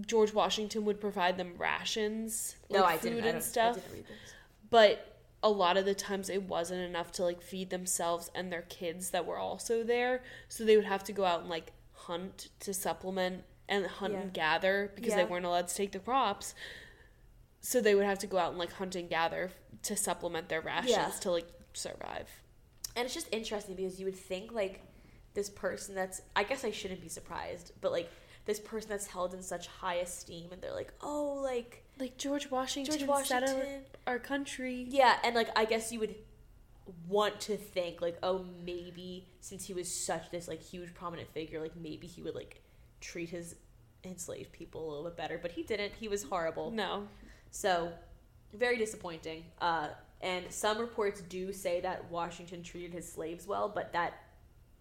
Speaker 1: George Washington would provide them rations, like
Speaker 2: No, I
Speaker 1: food
Speaker 2: didn't. I,
Speaker 1: and
Speaker 2: don't,
Speaker 1: stuff.
Speaker 2: I didn't read this.
Speaker 1: But a lot of the times it wasn't enough to like feed themselves and their kids that were also there, so they would have to go out and like hunt to supplement and hunt
Speaker 2: Yeah.
Speaker 1: and gather because they
Speaker 2: Yeah.
Speaker 1: weren't allowed to take the crops. So they would have to go out and like hunt and gather f- to supplement their rations to like survive.
Speaker 2: and it's just interesting because you would think like this person that's i guess i shouldn't be surprised but like this person that's held in such high esteem and they're like oh like
Speaker 1: like George Washington,
Speaker 2: george
Speaker 1: settled
Speaker 2: washington
Speaker 1: our country.
Speaker 2: yeah and like i guess you would want to think like oh maybe since he was such this like huge prominent figure like maybe he would like treat his enslaved people a little bit better but he didn't he was horrible
Speaker 1: No,
Speaker 2: so, very disappointing. Uh, and some reports do say that Washington treated his slaves well, but that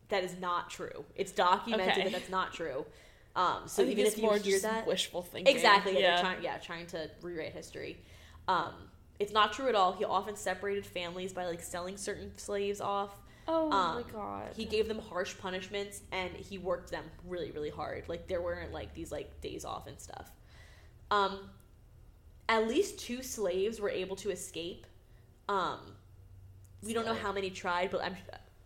Speaker 2: that is not true. It's documented
Speaker 1: Okay.
Speaker 2: that that's not true. Um, so
Speaker 1: I think
Speaker 2: even
Speaker 1: it's
Speaker 2: if you
Speaker 1: more
Speaker 2: hear
Speaker 1: just
Speaker 2: that,
Speaker 1: wishful thinking.
Speaker 2: exactly, yeah,
Speaker 1: Yeah.
Speaker 2: they're trying, yeah, trying to rewrite history. Um, it's not true at all. He often separated families by like selling certain slaves off.
Speaker 1: oh
Speaker 2: Um,
Speaker 1: my god.
Speaker 2: He gave them harsh punishments and he worked them really, really hard. Like there weren't like these like days off and stuff. Um, at least two slaves were able to escape. Um, we don't know
Speaker 1: Slave.
Speaker 2: how many tried, but I'm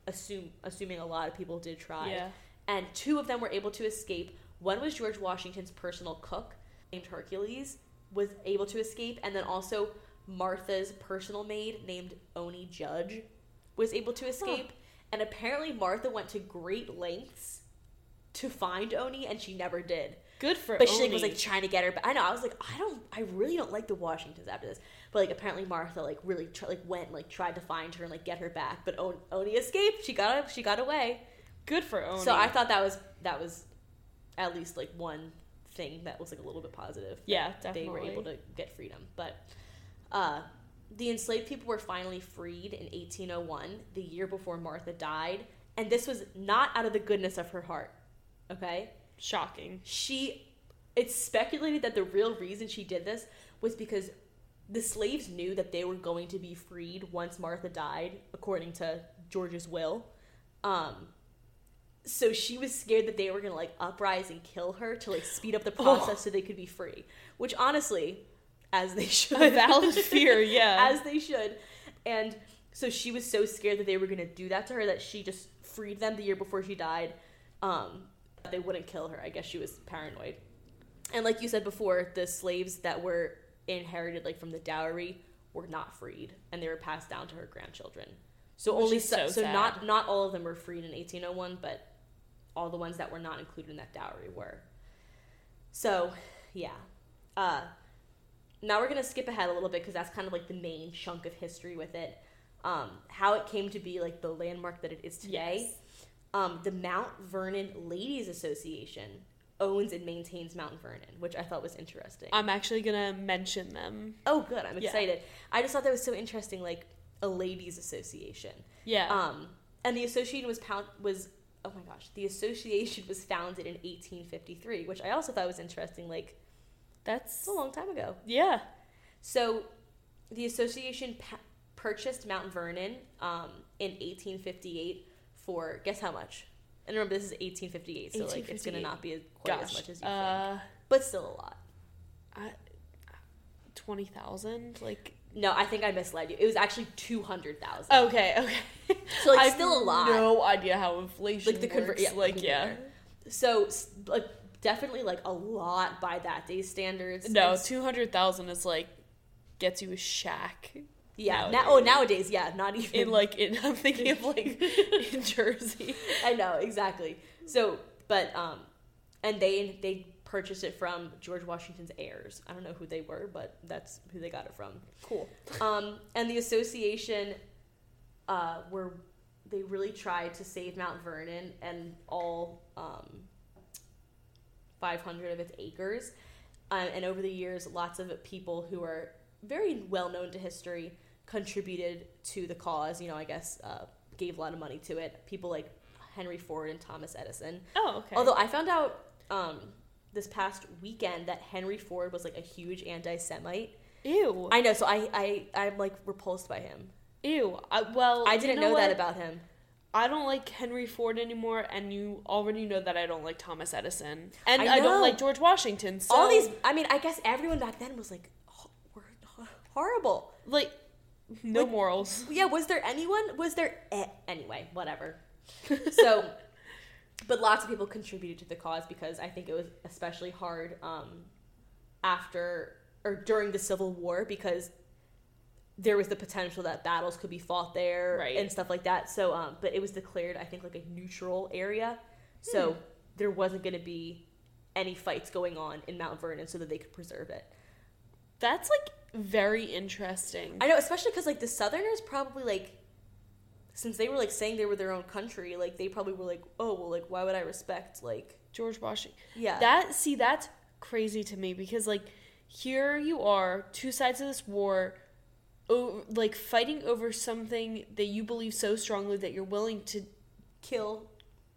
Speaker 2: assume assuming a lot of people did try.
Speaker 1: Yeah.
Speaker 2: And two of them were able to escape. One was George Washington's personal cook named Hercules was able to escape, and then also Martha's personal maid named Oni Judge was able to escape. And apparently Martha went to great lengths to find Oni, and she never did.
Speaker 1: Good for.
Speaker 2: But she like, was
Speaker 1: Oni.
Speaker 2: like trying to get her. But I know I was like, I don't, I really don't like the Washingtons after this. But like apparently Martha like really tr- like went and, like tried to find her and like get her back. But On- Oni escaped. She got she got away.
Speaker 1: good for Oni.
Speaker 2: So I thought that was that was at least like one thing that was like a little bit positive. that
Speaker 1: Yeah,
Speaker 2: They were able to get freedom, but uh, the enslaved people were finally freed in 1801, the year before Martha died, and this was not out of the goodness of her heart. Okay, <laughs>
Speaker 1: shocking.
Speaker 2: she. It's speculated that the real reason she did this was because the slaves knew that they were going to be freed once Martha died, according to George's will. Um, so she was scared that they were gonna like uprise and kill her to like speed up the
Speaker 1: Oh.
Speaker 2: process so they could be free. Which honestly,
Speaker 1: <laughs>
Speaker 2: as they should,
Speaker 1: A valid fear, yeah.
Speaker 2: as they should. And so she was so scared that they were gonna do that to her that she just freed them the year before she died. Um, that they wouldn't kill her. I guess she was paranoid. And like you said before, the slaves that were inherited like from the dowry were not freed, and they were passed down to her grandchildren. So
Speaker 1: Which
Speaker 2: only
Speaker 1: is
Speaker 2: so,
Speaker 1: so
Speaker 2: so not
Speaker 1: sad.
Speaker 2: not all of them were freed in 1801, but all the ones that were not included in that dowry were. So, yeah. Uh, now we're gonna skip ahead a little bit because that's kind of like the main chunk of history with it. Um, how it came to be like the landmark that it is today
Speaker 1: Yes.
Speaker 2: um, the Mount Vernon Ladies Association owns and maintains Mount Vernon, which I thought was interesting.
Speaker 1: I'm actually gonna mention them.
Speaker 2: oh, good. I'm
Speaker 1: Um, Yeah.
Speaker 2: excited. I just thought that was so interesting, like a ladies' association.
Speaker 1: Yeah.
Speaker 2: Um, and the association was pound was oh my gosh, the association was founded in 1853, which I also thought was interesting. Like it's
Speaker 1: That's
Speaker 2: a long time ago.
Speaker 1: yeah.
Speaker 2: So the association pa- purchased Mount Vernon um, in 1858 for guess how much? And remember, this is 1858, so like it's gonna
Speaker 1: 1858.
Speaker 2: not be as- quite
Speaker 1: Gosh.
Speaker 2: as much as you think,
Speaker 1: uh,
Speaker 2: but still a lot.
Speaker 1: I, twenty thousand. Like
Speaker 2: No, I think I misled you. It was actually 200,000. <laughs>
Speaker 1: okay, okay.
Speaker 2: so like
Speaker 1: I've
Speaker 2: still a lot.
Speaker 1: No idea how inflation
Speaker 2: like the
Speaker 1: works.
Speaker 2: conver- yeah,
Speaker 1: like
Speaker 2: me
Speaker 1: yeah.
Speaker 2: neither. So s- like definitely like a lot by that day's standards.
Speaker 1: No,
Speaker 2: And-
Speaker 1: two hundred thousand is like gets you a
Speaker 2: <laughs>
Speaker 1: shack nowadays.
Speaker 2: yeah. Now, oh, nowadays, yeah, not even
Speaker 1: in like in I'm thinking of
Speaker 2: <laughs>
Speaker 1: like in Jersey.
Speaker 2: I know exactly. So, but um, and they they purchased it from George Washington's heirs. I don't know who they were, but that's who they got it from.
Speaker 1: Cool.
Speaker 2: Um, and the association uh, were they really tried to save Mount Vernon and all um, 500 of its acres. Um, and over the years, lots of people who are very well known to history contributed to the cause. You know, I guess uh, gave a lot of money to it. People like Henry Ford and Thomas Edison.
Speaker 1: Oh, okay.
Speaker 2: Although I found out um, this past weekend that Henry Ford was like a huge anti-Semite.
Speaker 1: ew,
Speaker 2: I know, so I, I I'm like repulsed by him.
Speaker 1: ew. I, well,
Speaker 2: I
Speaker 1: you
Speaker 2: didn't know, that
Speaker 1: what?
Speaker 2: about him.
Speaker 1: I don't like Henry Ford anymore, and you already know that I don't like Thomas Edison, and
Speaker 2: I
Speaker 1: I,
Speaker 2: know.
Speaker 1: don't like George Washington. So
Speaker 2: All these, I mean, I guess everyone back then was like, ho- were ho- horrible.
Speaker 1: like no
Speaker 2: Like-
Speaker 1: morals.
Speaker 2: Yeah, was there anyone? Was there eh, anyway? Whatever. So, but lots of people contributed to the cause because I think it was especially hard um, after or during the Civil War because there was the potential that battles could be fought there
Speaker 1: Right.
Speaker 2: and stuff like that. So, um, but it was declared I think like a neutral area, so there wasn't going to be any fights going on in Mount Vernon so that they could preserve it.
Speaker 1: That's like very interesting.
Speaker 2: I know, especially because like the Southerners probably like, since they were like saying they were their own country, like they probably were like, oh well, like why would I respect like
Speaker 1: George Washington.
Speaker 2: yeah
Speaker 1: That see that's crazy to me because like here you are, two sides of this war, o- like fighting over something that you believe so strongly that you're willing to
Speaker 2: kill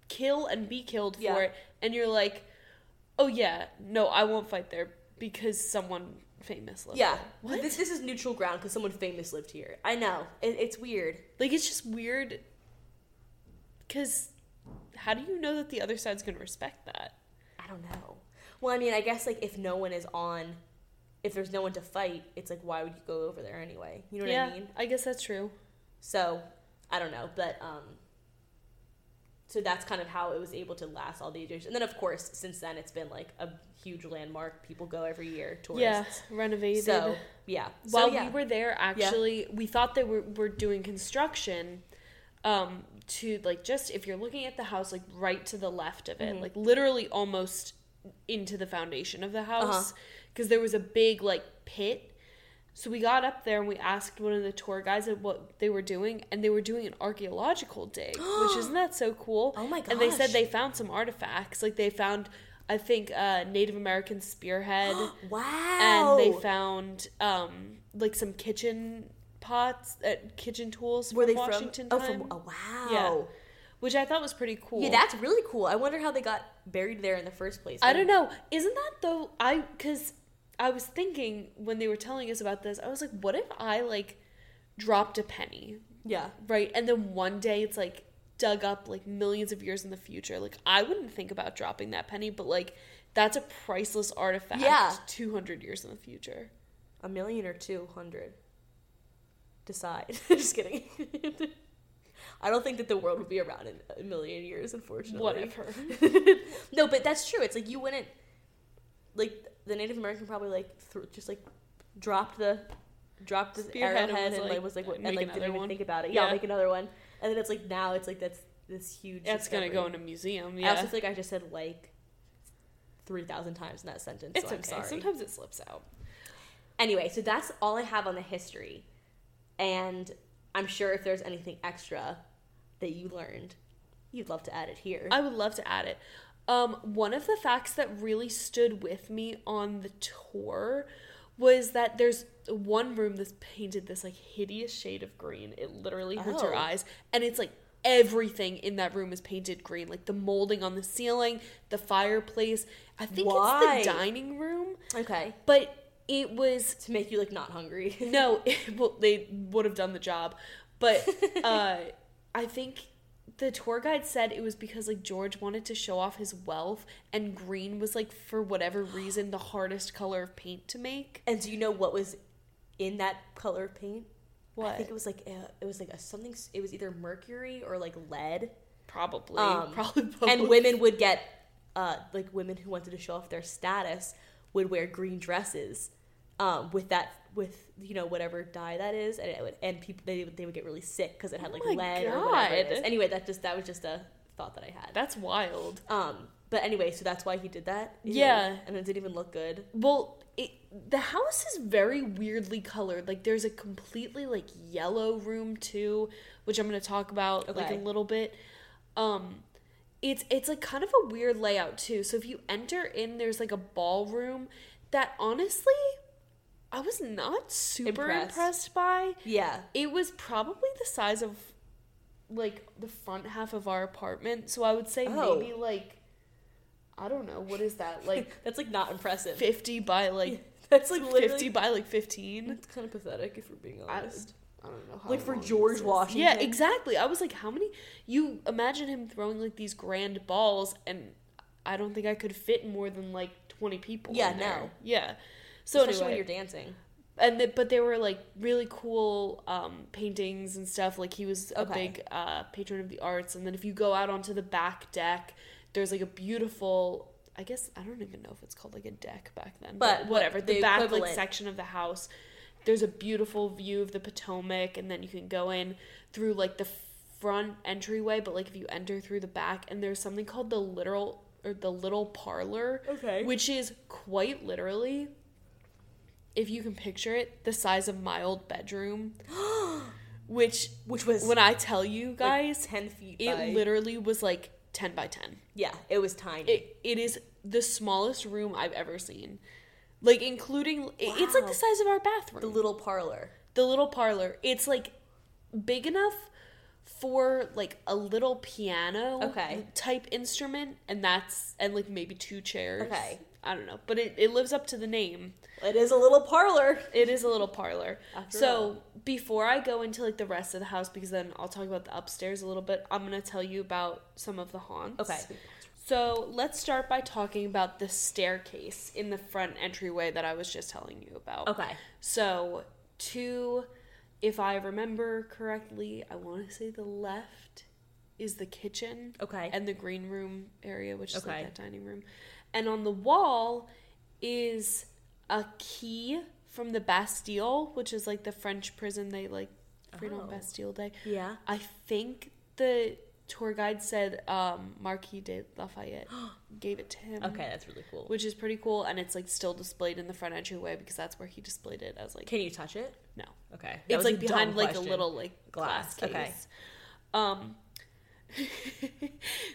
Speaker 1: kill and be killed
Speaker 2: Yeah.
Speaker 1: for it, and you're like, oh yeah, no, I won't fight there because someone famous lived
Speaker 2: yeah
Speaker 1: there."
Speaker 2: Like,
Speaker 1: What?
Speaker 2: this this is neutral ground because someone famous lived here. I know it, it's weird.
Speaker 1: Like it's just weird. Because how do you know that the other side's gonna respect that?
Speaker 2: I don't know. Well, I mean, I guess like if no one is on, if there's no one to fight, it's like why would you go over there anyway? You know what
Speaker 1: yeah,
Speaker 2: I mean?
Speaker 1: I guess that's true.
Speaker 2: So I don't know, but um, so that's kind of how it was able to last all these years. And then of course, since then it's been like a huge landmark. People go every year,
Speaker 1: Yeah,
Speaker 2: tourists.
Speaker 1: renovated.
Speaker 2: So yeah. So
Speaker 1: While
Speaker 2: yeah. <gasps>
Speaker 1: we were there, actually, we thought they were, were doing construction um, to, like, just if you're looking at the house, like, right to the left of it,
Speaker 2: Mhm.
Speaker 1: like, literally almost into the foundation of the
Speaker 2: Uh-huh.
Speaker 1: house, because there was a big, like, pit. So we got up there and we asked one of the tour guys at what they were doing, and they were doing an archaeological dig, which
Speaker 2: <gasps>
Speaker 1: isn't that so cool?
Speaker 2: Oh my
Speaker 1: And they said
Speaker 2: gosh.
Speaker 1: they found some artifacts. Like, they found, I think, a Native American spearhead
Speaker 2: <gasps> wow.
Speaker 1: and they found um like some kitchen pots uh, kitchen tools from
Speaker 2: were they
Speaker 1: Washington
Speaker 2: from?
Speaker 1: time,
Speaker 2: Oh, from oh wow.
Speaker 1: Yeah. which I thought was pretty cool.
Speaker 2: Yeah, that's really cool. I wonder how they got buried there in the first place.
Speaker 1: I don't know. Isn't that though? I because I was thinking when they were telling us about this, I was like, what if I like dropped a penny
Speaker 2: Yeah.
Speaker 1: right, and then one day it's like dug up like millions of years in the future. Like I wouldn't think about dropping that penny, but like. That's a priceless artifact.
Speaker 2: Yeah.
Speaker 1: two hundred years in the future.
Speaker 2: A million or two hundred. Decide. <laughs> Just kidding. I don't think that the world would be around in a million years, unfortunately. <laughs>
Speaker 1: Whatever.
Speaker 2: no, but that's true. It's like you wouldn't like the Native American probably like th- just like dropped the dropped the
Speaker 1: Spearhead and
Speaker 2: arrowhead
Speaker 1: was
Speaker 2: and
Speaker 1: like,
Speaker 2: like was like what and
Speaker 1: "Make
Speaker 2: like didn't
Speaker 1: another
Speaker 2: even
Speaker 1: one."
Speaker 2: think about it. Yeah, I'll
Speaker 1: Yeah.
Speaker 2: make another one. And then it's like now it's like that's this huge.
Speaker 1: That's gonna
Speaker 2: discovery.
Speaker 1: go in a museum.
Speaker 2: I
Speaker 1: Yeah,
Speaker 2: also feel like I just said like three thousand times in that sentence.
Speaker 1: It's
Speaker 2: so I'm
Speaker 1: okay.
Speaker 2: sorry.
Speaker 1: Sometimes it slips out.
Speaker 2: Anyway, so that's all I have on the history, and I'm sure if there's anything extra that you learned, you'd love to add it here.
Speaker 1: I would love to add it. Um, one of the facts that really stood with me on the tour was that there's one room that's painted this like hideous shade of green. It literally hurts your
Speaker 2: Oh.
Speaker 1: eyes, and it's like everything in that room is painted green, like the molding on the ceiling, the fireplace. I think
Speaker 2: Why?
Speaker 1: it's the dining room,
Speaker 2: okay.
Speaker 1: but it was
Speaker 2: to make you like not hungry.
Speaker 1: No, <laughs> well, they would have done the job,
Speaker 2: <laughs>
Speaker 1: but uh, I think the tour guide said it was because like George wanted to show off his wealth, and green was like for
Speaker 2: <gasps>
Speaker 1: whatever reason the hardest color of paint to make.
Speaker 2: and do you know what was in that color of paint? I
Speaker 1: What?
Speaker 2: think it was like uh, it was like a something. s- It was either mercury or like
Speaker 1: <laughs>
Speaker 2: lead.
Speaker 1: Probably,
Speaker 2: Um,
Speaker 1: <laughs> probably,
Speaker 2: And women would get uh, like women who wanted to show off their status would wear green dresses um, with that with you know whatever dye that is, and it would, and people they, would- they would get really sick because it had
Speaker 1: Oh
Speaker 2: like
Speaker 1: my
Speaker 2: lead or whatever. It
Speaker 1: God.
Speaker 2: is. Anyway, that just that was just a thought that I had.
Speaker 1: That's wild.
Speaker 2: Um, But anyway, so that's why he did that. Ew.
Speaker 1: Yeah.
Speaker 2: And it didn't even look good.
Speaker 1: Well, it, the house is very weirdly colored. Like there's a completely like yellow room too, which I'm going to talk about like a
Speaker 2: Okay.
Speaker 1: little bit. Um it's it's like kind of a weird layout too. So if you enter in there's like a ballroom that honestly I was not super
Speaker 2: Impressed.
Speaker 1: impressed by. <laughs>
Speaker 2: Yeah.
Speaker 1: It was probably the size of like the front half of our apartment, so I would say
Speaker 2: Oh.
Speaker 1: maybe like I don't know, what is that? Like
Speaker 2: <laughs> that's like not impressive.
Speaker 1: 50 by like
Speaker 2: That's like literally
Speaker 1: 50 by like
Speaker 2: <laughs>
Speaker 1: 15.
Speaker 2: It's kind of pathetic if we're being
Speaker 1: I,
Speaker 2: honest.
Speaker 1: I don't know. How
Speaker 2: Like for
Speaker 1: long
Speaker 2: George
Speaker 1: this is.
Speaker 2: Washington.
Speaker 1: Yeah, exactly. I was like, how many? You imagine him throwing like these grand balls, and I don't think I could fit more than like 20 people.
Speaker 2: Yeah,
Speaker 1: in there.
Speaker 2: no.
Speaker 1: Yeah. So
Speaker 2: Especially when
Speaker 1: anyway,
Speaker 2: you're dancing.
Speaker 1: and the, but there were like really cool um, paintings and stuff. Like he was a
Speaker 2: Okay.
Speaker 1: big uh, patron of the arts. And then if you go out onto the back deck, there's like a beautiful. I guess I don't even know if it's called like a deck back then, but,
Speaker 2: But what-
Speaker 1: whatever. The,
Speaker 2: the
Speaker 1: back like
Speaker 2: equivalent.
Speaker 1: section of the house, there's a beautiful view of the Potomac, and then you can go in through like the front entryway. But like if you enter through the back, and there's something called the literal or the little parlor,
Speaker 2: Okay.
Speaker 1: which is quite literally if you can picture it, the size of my old
Speaker 2: <gasps>
Speaker 1: bedroom. Which,
Speaker 2: Which was
Speaker 1: when I tell you guys,
Speaker 2: like ten feet.
Speaker 1: it
Speaker 2: by-
Speaker 1: literally was like 10 by 10.
Speaker 2: yeah, it was tiny.
Speaker 1: It, it is the smallest room I've ever seen. Like, including, it- it's like
Speaker 2: Wow.
Speaker 1: the size of our bathroom.
Speaker 2: the little parlor.
Speaker 1: the little parlor. It's like big enough for like a little piano
Speaker 2: Okay.
Speaker 1: type instrument, and that's, and like maybe two chairs.
Speaker 2: Okay.
Speaker 1: I don't know, but it, it lives up to the name.
Speaker 2: It is a little parlor.
Speaker 1: It is a little parlor.
Speaker 2: After
Speaker 1: so before I go into like the rest of the house, because then I'll talk about the upstairs a little bit. I'm gonna tell you about some of the haunts.
Speaker 2: <laughs> Okay.
Speaker 1: So let's start by talking about the staircase in the front entryway that I was just telling you about.
Speaker 2: Okay.
Speaker 1: So to, if I remember correctly, I want to say the left is the kitchen.
Speaker 2: Okay.
Speaker 1: And the green room area, which is
Speaker 2: Okay.
Speaker 1: like that dining room. And on the wall is a key from the Bastille, which is like the French prison they like freed
Speaker 2: Oh.
Speaker 1: on Bastille Day.
Speaker 2: yeah.
Speaker 1: I think the tour guide said um, Marquis de
Speaker 2: <gasps>
Speaker 1: Lafayette gave it to him.
Speaker 2: Okay, that's really cool.
Speaker 1: Which is pretty cool, and it's like still displayed in the front entryway because that's where he displayed it as like
Speaker 2: Can you touch it?
Speaker 1: no,
Speaker 2: Okay. that
Speaker 1: it's
Speaker 2: was
Speaker 1: like
Speaker 2: a
Speaker 1: behind
Speaker 2: dumb
Speaker 1: like
Speaker 2: question.
Speaker 1: a little like glass, case.
Speaker 2: Glass, okay.
Speaker 1: Um <laughs>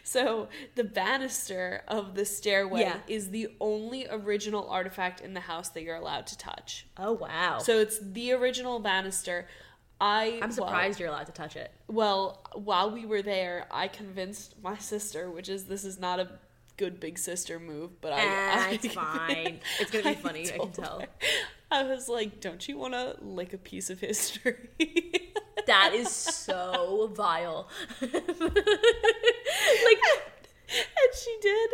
Speaker 1: so the banister of the stairway
Speaker 2: Yeah.
Speaker 1: is the only original artifact in the house that you're allowed to touch.
Speaker 2: Oh wow.
Speaker 1: So it's the original banister. I
Speaker 2: I'm
Speaker 1: well-
Speaker 2: surprised you're allowed to touch <laughs> it.
Speaker 1: Well, while we were there, I convinced my sister, which is this is not a good big sister move, but I, <laughs>
Speaker 2: Ah,
Speaker 1: I
Speaker 2: it's fine. It's gonna be
Speaker 1: I
Speaker 2: funny, I can
Speaker 1: told
Speaker 2: tell.
Speaker 1: her. I was like, "Don't you want to lick a piece of
Speaker 2: <laughs>
Speaker 1: history?"
Speaker 2: That is so <laughs> vile.
Speaker 1: <laughs>
Speaker 2: like
Speaker 1: and she
Speaker 2: <laughs>
Speaker 1: did.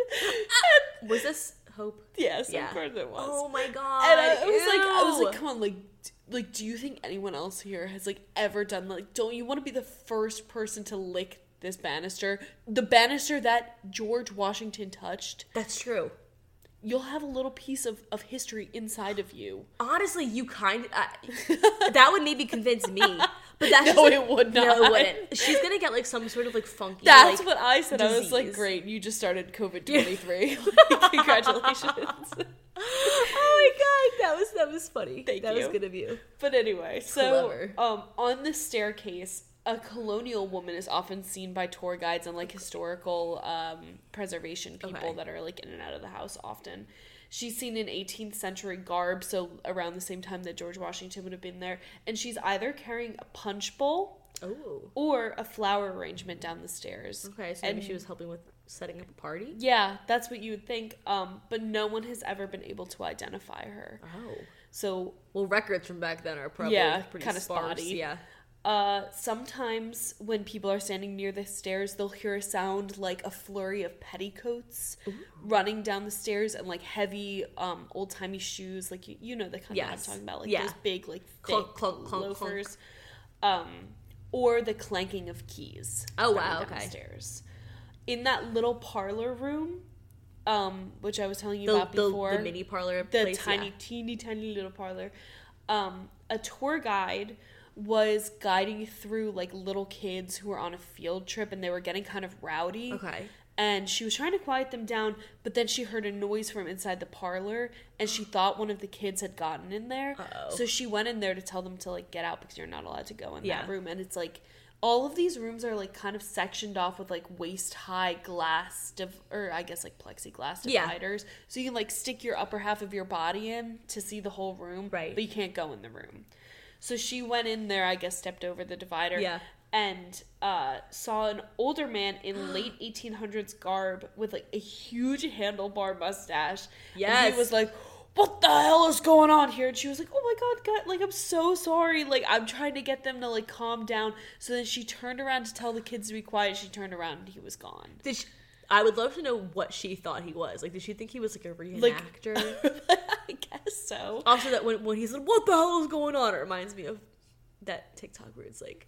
Speaker 1: And
Speaker 2: was this hope?
Speaker 1: yes,
Speaker 2: Yeah.
Speaker 1: of course it was.
Speaker 2: Oh my god.
Speaker 1: and I, I was like, I was
Speaker 2: ew.
Speaker 1: like, "Come on, like." d- Like, do you think anyone else here has like ever done like? Don't you want to be the first person to lick this banister, the banister that George Washington touched?
Speaker 2: that's true.
Speaker 1: you'll have a little piece of, of history inside of you.
Speaker 2: Honestly, you kind I, <laughs> that would maybe convince me, but that's just
Speaker 1: <laughs> No,
Speaker 2: like-
Speaker 1: it would
Speaker 2: No,
Speaker 1: not.
Speaker 2: it
Speaker 1: <laughs>
Speaker 2: wouldn't. She's gonna get like some sort of like funky.
Speaker 1: That's
Speaker 2: like,
Speaker 1: what I said. I was like,
Speaker 2: disease.
Speaker 1: great, you just
Speaker 2: <laughs>
Speaker 1: started COVID <laughs> 23. Congratulations.
Speaker 2: <gasps> oh my god, that was that was funny.
Speaker 1: Thank
Speaker 2: that was
Speaker 1: you.
Speaker 2: good of you.
Speaker 1: But anyway, so
Speaker 2: Clever.
Speaker 1: um, on the staircase, a colonial woman is often seen by tour guides and like historical um, preservation people
Speaker 2: Okay.
Speaker 1: that are like in and out of the house often. She's seen in 18th century garb, so around the same time that George Washington would have been there. And she's either carrying a punch bowl
Speaker 2: Oh,
Speaker 1: or a flower arrangement down the stairs.
Speaker 2: okay. So maybe
Speaker 1: And-
Speaker 2: she was helping with setting up a party.
Speaker 1: Yeah, that's what you would think. Um, but no one has ever been able to identify her.
Speaker 2: Oh,
Speaker 1: So
Speaker 2: well, records from back then are probably
Speaker 1: Yeah,
Speaker 2: pretty
Speaker 1: kinda
Speaker 2: sparse.
Speaker 1: spotty.
Speaker 2: Yeah.
Speaker 1: uh, sometimes when people are standing near the stairs, they'll hear a sound like a flurry of petticoats running down the stairs and like heavy um, old timey shoes, like you, you know the kind
Speaker 2: Yes.
Speaker 1: that I'm talking about, like
Speaker 2: Yeah.
Speaker 1: those big like
Speaker 2: Clunk,
Speaker 1: thick
Speaker 2: clunk, clunk, clunk.
Speaker 1: loafers, Um, or the clanking of keys.
Speaker 2: Oh, wow,
Speaker 1: running
Speaker 2: okay.
Speaker 1: Downstairs. In that little parlor room, um, which I was telling you
Speaker 2: The,
Speaker 1: about
Speaker 2: the,
Speaker 1: before,
Speaker 2: the mini parlor
Speaker 1: the
Speaker 2: place.
Speaker 1: tiny,
Speaker 2: yeah.
Speaker 1: teeny, tiny little parlor. Um, a tour guide was guiding through like little kids who were on a field trip and they were getting kind of rowdy.
Speaker 2: Okay.
Speaker 1: and she was trying to quiet them down, but then she heard a noise from inside the parlor, and she thought one of the kids had gotten in there.
Speaker 2: Uh-oh.
Speaker 1: So she went in there to tell them to like get out because you're not allowed to go in
Speaker 2: Yeah.
Speaker 1: that room. And it's like all of these rooms are like kind of sectioned off with like waist high glass div- or I guess like plexiglass
Speaker 2: Yeah.
Speaker 1: dividers, so you can like stick your upper half of your body in to see the whole room,
Speaker 2: Right.
Speaker 1: But you can't go in the room. So she went in there, I guess, stepped over the divider
Speaker 2: Yeah.
Speaker 1: and uh, saw an older man
Speaker 2: <gasps>
Speaker 1: in late 1800s garb with like a huge handlebar mustache. And
Speaker 2: Yes.
Speaker 1: he was like, what the hell is going on here? And she was like, oh my God, God, like, I'm so sorry. Like, I'm trying to get them to like calm down. So then she turned around to tell the kids to be quiet. She turned around and he was gone.
Speaker 2: Did she, I would love to know what she thought he was. Like, did she think he was like a
Speaker 1: Like-
Speaker 2: reenactor?
Speaker 1: <laughs> I guess so.
Speaker 2: also, that when, when he's like, "What the hell is going on?" It reminds me of that TikTok where it's like,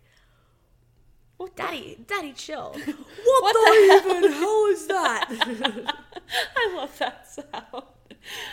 Speaker 1: What the-
Speaker 2: "Daddy, Daddy, <laughs> chill." what,
Speaker 1: What
Speaker 2: the,
Speaker 1: the hell?
Speaker 2: even hell is that?
Speaker 1: <laughs>
Speaker 2: <laughs>
Speaker 1: I love that sound.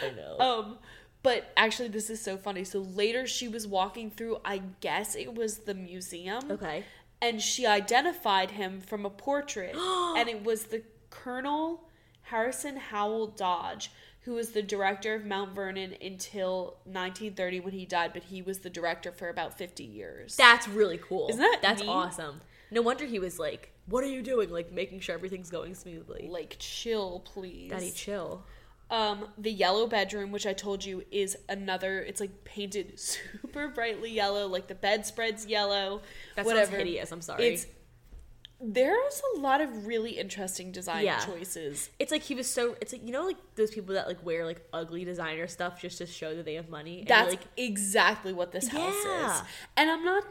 Speaker 2: I know.
Speaker 1: Um, but actually, this is so funny. So later, she was walking through. I guess it was the museum,
Speaker 2: okay.
Speaker 1: and she identified him from a portrait, and it was the Colonel Harrison Howell Dodge, who was the director of Mount Vernon until 1930 when he died. But he was the director for about 50 years.
Speaker 2: That's really cool.
Speaker 1: Isn't that
Speaker 2: That's
Speaker 1: neat?
Speaker 2: awesome. No wonder he was like, "What are you doing?" Like making sure everything's going smoothly.
Speaker 1: like chill, please.
Speaker 2: Daddy, chill.
Speaker 1: Um, the yellow bedroom, which I told you is another, it's like painted <laughs> super brightly yellow, like the bedspread's yellow.
Speaker 2: That
Speaker 1: whatever.
Speaker 2: sounds hideous. I'm sorry.
Speaker 1: It's there's a lot of really interesting design
Speaker 2: Yeah.
Speaker 1: choices.
Speaker 2: It's like he was so. It's like you know, like those people that like wear like ugly designer stuff just to show that they have money. And
Speaker 1: That's
Speaker 2: like
Speaker 1: exactly what this house
Speaker 2: Yeah.
Speaker 1: is. And I'm not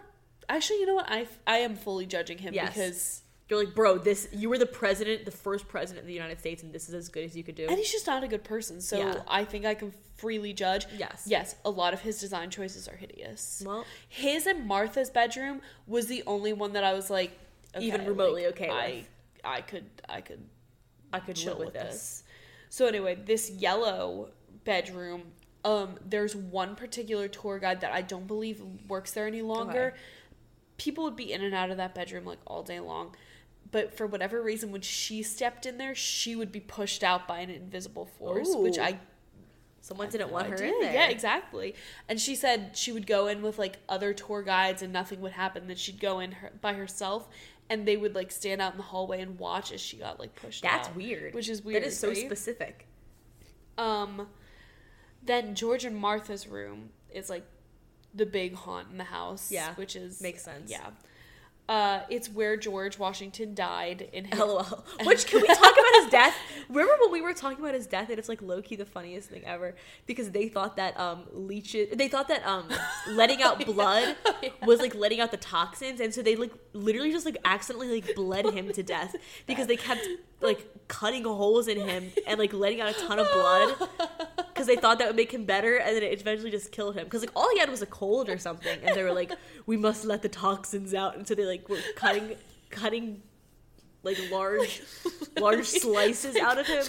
Speaker 1: actually, you know what? I I am fully judging him
Speaker 2: Yes.
Speaker 1: because
Speaker 2: you're like, bro, this you were the president, the first president of the United States, and this is as good as you could do.
Speaker 1: and he's just not a good person. So
Speaker 2: Yeah.
Speaker 1: I think I can freely judge.
Speaker 2: Yes.
Speaker 1: Yes, a lot of his design choices are hideous.
Speaker 2: Well-
Speaker 1: his and Martha's bedroom was the only one that I was like
Speaker 2: Even
Speaker 1: okay,
Speaker 2: remotely
Speaker 1: like,
Speaker 2: okay
Speaker 1: I
Speaker 2: with.
Speaker 1: I could I could
Speaker 2: I could
Speaker 1: chill
Speaker 2: chill with this.
Speaker 1: So anyway, this yellow bedroom, um, there's one particular tour guide that I don't believe works there any longer.
Speaker 2: Okay.
Speaker 1: People would be in and out of that bedroom like all day long. But for whatever reason, when she stepped in there, she would be pushed out by an invisible force, which
Speaker 2: Ooh.
Speaker 1: I
Speaker 2: Someone didn't
Speaker 1: no
Speaker 2: want her
Speaker 1: idea.
Speaker 2: in there.
Speaker 1: Yeah, exactly. And she said she would go in with like other tour guides and nothing would happen. Then she'd go in her, by herself and they would like stand out in the hallway and watch as she got like pushed out.
Speaker 2: That's weird.
Speaker 1: Which is weird.
Speaker 2: That is so
Speaker 1: right?
Speaker 2: specific.
Speaker 1: Um, then George and Martha's room is like the big haunt in the house.
Speaker 2: Yeah,
Speaker 1: which is
Speaker 2: makes sense.
Speaker 1: Yeah, uh, it's where George Washington died in his.
Speaker 2: LOL. Which can we talk about his death? Remember when we were talking about his death and it's like low key the funniest thing ever because they thought that um leeches they thought that um letting out blood was like letting out the toxins and so they like literally just like accidentally like bled him to death because they kept like cutting holes in him and like letting out a ton of blood because they thought that would make him better and then it eventually just killed him because like all he had was a cold or something and they were like we must let the toxins out and so they like were cutting cutting like <laughs> large
Speaker 1: <laughs>
Speaker 2: large slices out of him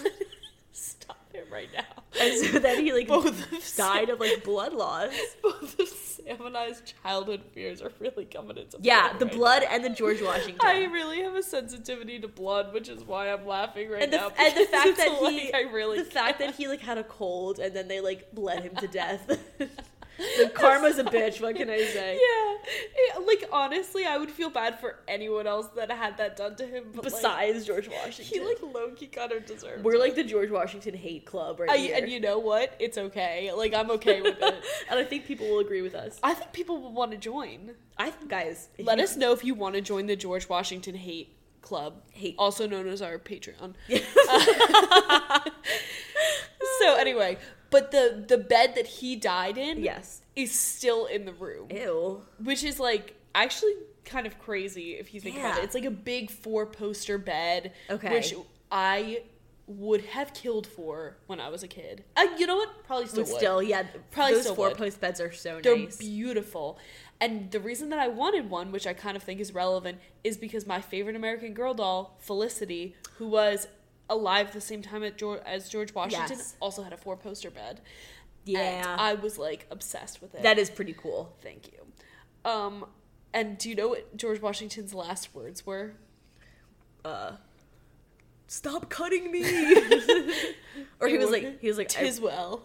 Speaker 1: Stop it right now.
Speaker 2: and so then he like
Speaker 1: Both of
Speaker 2: died of like blood loss
Speaker 1: <laughs> Both of Sam and I's childhood fears are really coming into
Speaker 2: yeah
Speaker 1: play
Speaker 2: the
Speaker 1: right
Speaker 2: blood
Speaker 1: now.
Speaker 2: and the george washington
Speaker 1: I really have a sensitivity to blood, which is why I'm laughing right
Speaker 2: and the,
Speaker 1: now.
Speaker 2: and the
Speaker 1: because
Speaker 2: fact
Speaker 1: it's
Speaker 2: that he
Speaker 1: like, I really
Speaker 2: the fact that he like had a cold and then they like bled him to <laughs> death the karma's a bitch what can i say
Speaker 1: Yeah, It- like honestly, I would feel bad for anyone else that had that done to him. But, like,
Speaker 2: besides george washington
Speaker 1: he like Loki kind of deserves.
Speaker 2: we're
Speaker 1: it.
Speaker 2: like the george washington hate club right
Speaker 1: I,
Speaker 2: here.
Speaker 1: and you know what? It's okay. Like I'm okay with
Speaker 2: <laughs>
Speaker 1: it.
Speaker 2: and i think people will agree with us
Speaker 1: I think people will want to join.
Speaker 2: i think guys if
Speaker 1: Let
Speaker 2: you-
Speaker 1: us know if you want to join the George Washington Hate Club,
Speaker 2: Hate.
Speaker 1: also known as our Patreon. <laughs> so anyway, but the the bed that he died in
Speaker 2: <laughs> yes
Speaker 1: is still in the room,
Speaker 2: ew
Speaker 1: which is like actually kind of crazy if you think about
Speaker 2: Yeah.
Speaker 1: it. It's like a big four poster bed,
Speaker 2: Okay.
Speaker 1: which I would have killed for when I was a kid. Uh, you know what? Probably still
Speaker 2: But
Speaker 1: would.
Speaker 2: still, yeah,
Speaker 1: Probably
Speaker 2: those
Speaker 1: still
Speaker 2: four
Speaker 1: would.
Speaker 2: post beds are so
Speaker 1: They're
Speaker 2: nice.
Speaker 1: beautiful. And the reason that I wanted one, which I kind of think is relevant, is because my favorite American Girl doll, Felicity, who was alive the same time at George, as George Washington,
Speaker 2: Yes.
Speaker 1: also had a four poster bed. And
Speaker 2: yeah,
Speaker 1: I was like obsessed with it.
Speaker 2: that is pretty cool.
Speaker 1: Thank you. Um, and do you know what George Washington's last words were?
Speaker 2: Uh, stop cutting me. <laughs> or he was like, he was <laughs> like,
Speaker 1: tis well.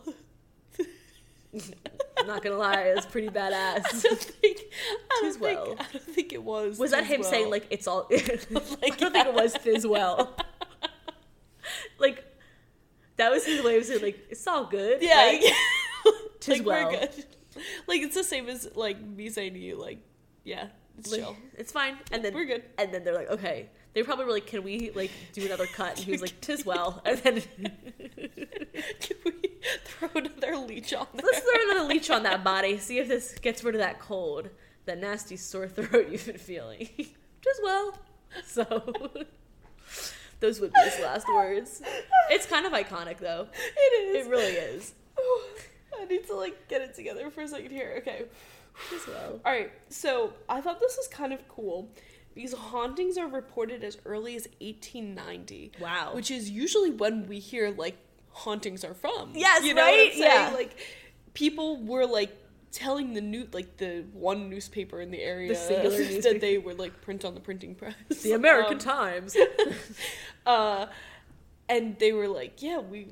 Speaker 2: I'm <laughs> not gonna lie, it's
Speaker 1: <laughs>
Speaker 2: pretty
Speaker 1: I
Speaker 2: badass.
Speaker 1: don't think. I don't
Speaker 2: Tis
Speaker 1: think.
Speaker 2: well.
Speaker 1: I don't think it was.
Speaker 2: Was that
Speaker 1: tis
Speaker 2: him
Speaker 1: well.
Speaker 2: saying like it's <laughs> all? I
Speaker 1: Like,
Speaker 2: don't think it was Fizz well. <laughs> like that was his way of saying like it's all good.
Speaker 1: Yeah.
Speaker 2: Like,
Speaker 1: Like,
Speaker 2: tis well.
Speaker 1: we're good. Like it's the same as like me saying to you like, yeah, it's
Speaker 2: like,
Speaker 1: chill.
Speaker 2: it's fine. And then
Speaker 1: We're
Speaker 2: <laughs>
Speaker 1: good. <laughs>
Speaker 2: And then they're like, okay. They probably were like, can we like do another cut? And he <laughs> was like, tis well. And then
Speaker 1: Can we throw another leech on there?
Speaker 2: let's throw another leech on that body. See if this gets rid of that cold, that nasty sore throat <laughs> you've been feeling. Tis well. So <laughs> those would be his last words. It's kind of iconic though.
Speaker 1: <laughs> It is.
Speaker 2: It really is.
Speaker 1: <sighs> I need to like get it together for a second here. Okay.
Speaker 2: Tis well.
Speaker 1: All right. So I thought this was kind of cool. These hauntings are reported as early as 1890,
Speaker 2: Wow.
Speaker 1: which is usually when we hear like hauntings are from.
Speaker 2: Yes,
Speaker 1: you know
Speaker 2: right?
Speaker 1: What I'm saying?
Speaker 2: Yeah.
Speaker 1: Like people were like telling the new like the one newspaper in the area
Speaker 2: singular newspaper.
Speaker 1: <laughs> that they were like print on the printing press.
Speaker 2: the American
Speaker 1: Um,
Speaker 2: Times.
Speaker 1: uh, and they were like, "Yeah, we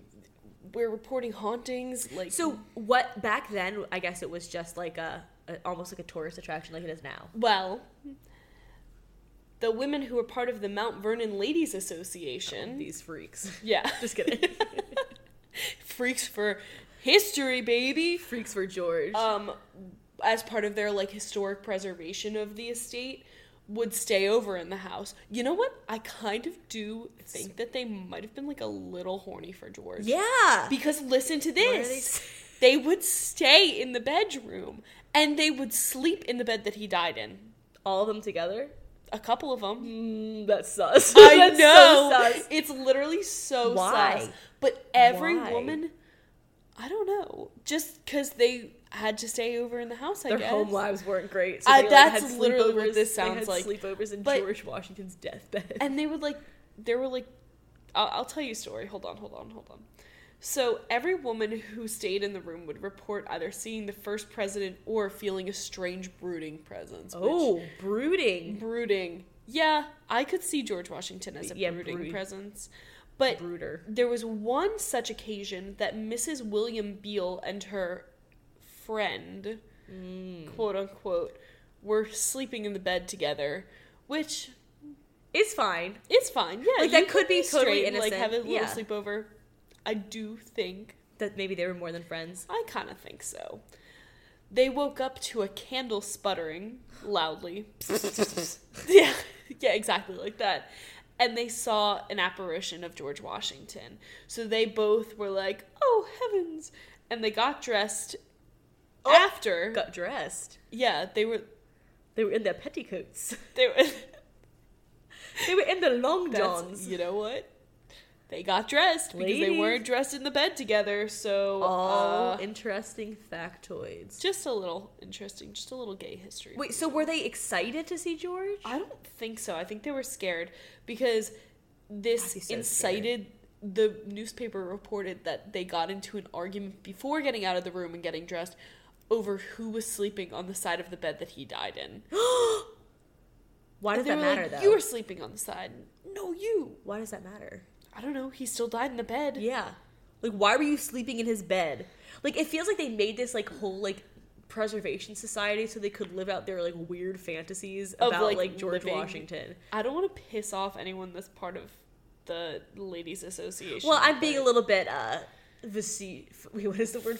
Speaker 1: we're reporting hauntings." Like,
Speaker 2: <laughs> So what back then? I guess it was just like a, a almost like a tourist attraction, like it is now.
Speaker 1: well, the women who were part of the Mount Vernon Ladies Association,
Speaker 2: These freaks. <laughs>
Speaker 1: yeah, <laughs>
Speaker 2: Just kidding.
Speaker 1: freaks for history, baby.
Speaker 2: freaks for George.
Speaker 1: Um, as part of their like historic preservation of the estate, would stay over in the house. You know what? I kind of do think that they might have been like a little horny for George.
Speaker 2: yeah.
Speaker 1: Because listen to
Speaker 2: are
Speaker 1: this. They would stay in the bedroom and they would sleep in the bed that he died in.
Speaker 2: All of them together.
Speaker 1: A couple of them.
Speaker 2: Mm, that's sus.
Speaker 1: <laughs> I
Speaker 2: <laughs> That's so
Speaker 1: know.
Speaker 2: sus.
Speaker 1: It's literally so
Speaker 2: Why?
Speaker 1: sus. But every
Speaker 2: Why?
Speaker 1: woman, I don't know, just because they had to stay over in the house, I
Speaker 2: Their
Speaker 1: guess.
Speaker 2: home lives weren't great. So
Speaker 1: Uh,
Speaker 2: they,
Speaker 1: that's
Speaker 2: like, had
Speaker 1: literally what
Speaker 2: sleepovers-
Speaker 1: this
Speaker 2: they had
Speaker 1: sounds like.
Speaker 2: Sleepovers in
Speaker 1: But-
Speaker 2: George Washington's deathbed.
Speaker 1: and they would like there were like I'll, I'll tell you a story hold on hold on hold on so every woman who stayed in the room would report either seeing the first president or feeling a strange brooding presence which-
Speaker 2: <laughs> oh,
Speaker 1: Mm-hmm.
Speaker 2: brooding.
Speaker 1: brooding yeah i could see george washington as a
Speaker 2: Yeah,
Speaker 1: brooding
Speaker 2: brood-
Speaker 1: presence but
Speaker 2: Brooder.
Speaker 1: there was one such occasion that mrs william beale and her friend
Speaker 2: Hmm. Mm.
Speaker 1: quote unquote were sleeping in the bed together which
Speaker 2: It's fine.
Speaker 1: it's fine. Yeah,
Speaker 2: Like, that
Speaker 1: you
Speaker 2: could be totally
Speaker 1: straight and, Like have a
Speaker 2: innocent.
Speaker 1: little
Speaker 2: Yeah.
Speaker 1: sleepover. I do think.
Speaker 2: That maybe they were more than friends.
Speaker 1: I kind of think so. They woke up to a candle sputtering loudly. <laughs> yeah, yeah, exactly like that. And they saw an apparition of George Washington. So they both were like, "Oh heavens!" And they got dressed.
Speaker 2: Oh.
Speaker 1: after,
Speaker 2: Got dressed.
Speaker 1: yeah, they were.
Speaker 2: They were in their petticoats. <laughs>
Speaker 1: They were. <laughs>
Speaker 2: They were in the long
Speaker 1: That's-
Speaker 2: johns.
Speaker 1: You know what? They got dressed because they
Speaker 2: Ladies.
Speaker 1: weren't dressed in the bed together. So
Speaker 2: All
Speaker 1: uh,
Speaker 2: interesting factoids.
Speaker 1: just a little interesting, just a little gay history.
Speaker 2: Wait, so were they excited to see George?
Speaker 1: I don't think so. I think they were scared because this
Speaker 2: I'd be so
Speaker 1: incited. The newspaper reported that they got into an argument before getting out of the room and getting dressed over who was sleeping on the side of the bed that he died in.
Speaker 2: <gasps> Why does
Speaker 1: They
Speaker 2: that
Speaker 1: were
Speaker 2: matter
Speaker 1: like,
Speaker 2: though?
Speaker 1: You were sleeping on the side. No, you.
Speaker 2: Why does that matter?
Speaker 1: I don't know. He still died in the bed.
Speaker 2: Yeah. Like why were you sleeping in his bed? Like it feels like they made this like whole like preservation society so they could live out their like weird fantasies
Speaker 1: Of,
Speaker 2: about like,
Speaker 1: like,
Speaker 2: George
Speaker 1: living-
Speaker 2: Washington.
Speaker 1: I don't want to piss off anyone that's part of the ladies' association.
Speaker 2: Well, I'm being a
Speaker 1: but-
Speaker 2: little bit uh faci- wait, what is the word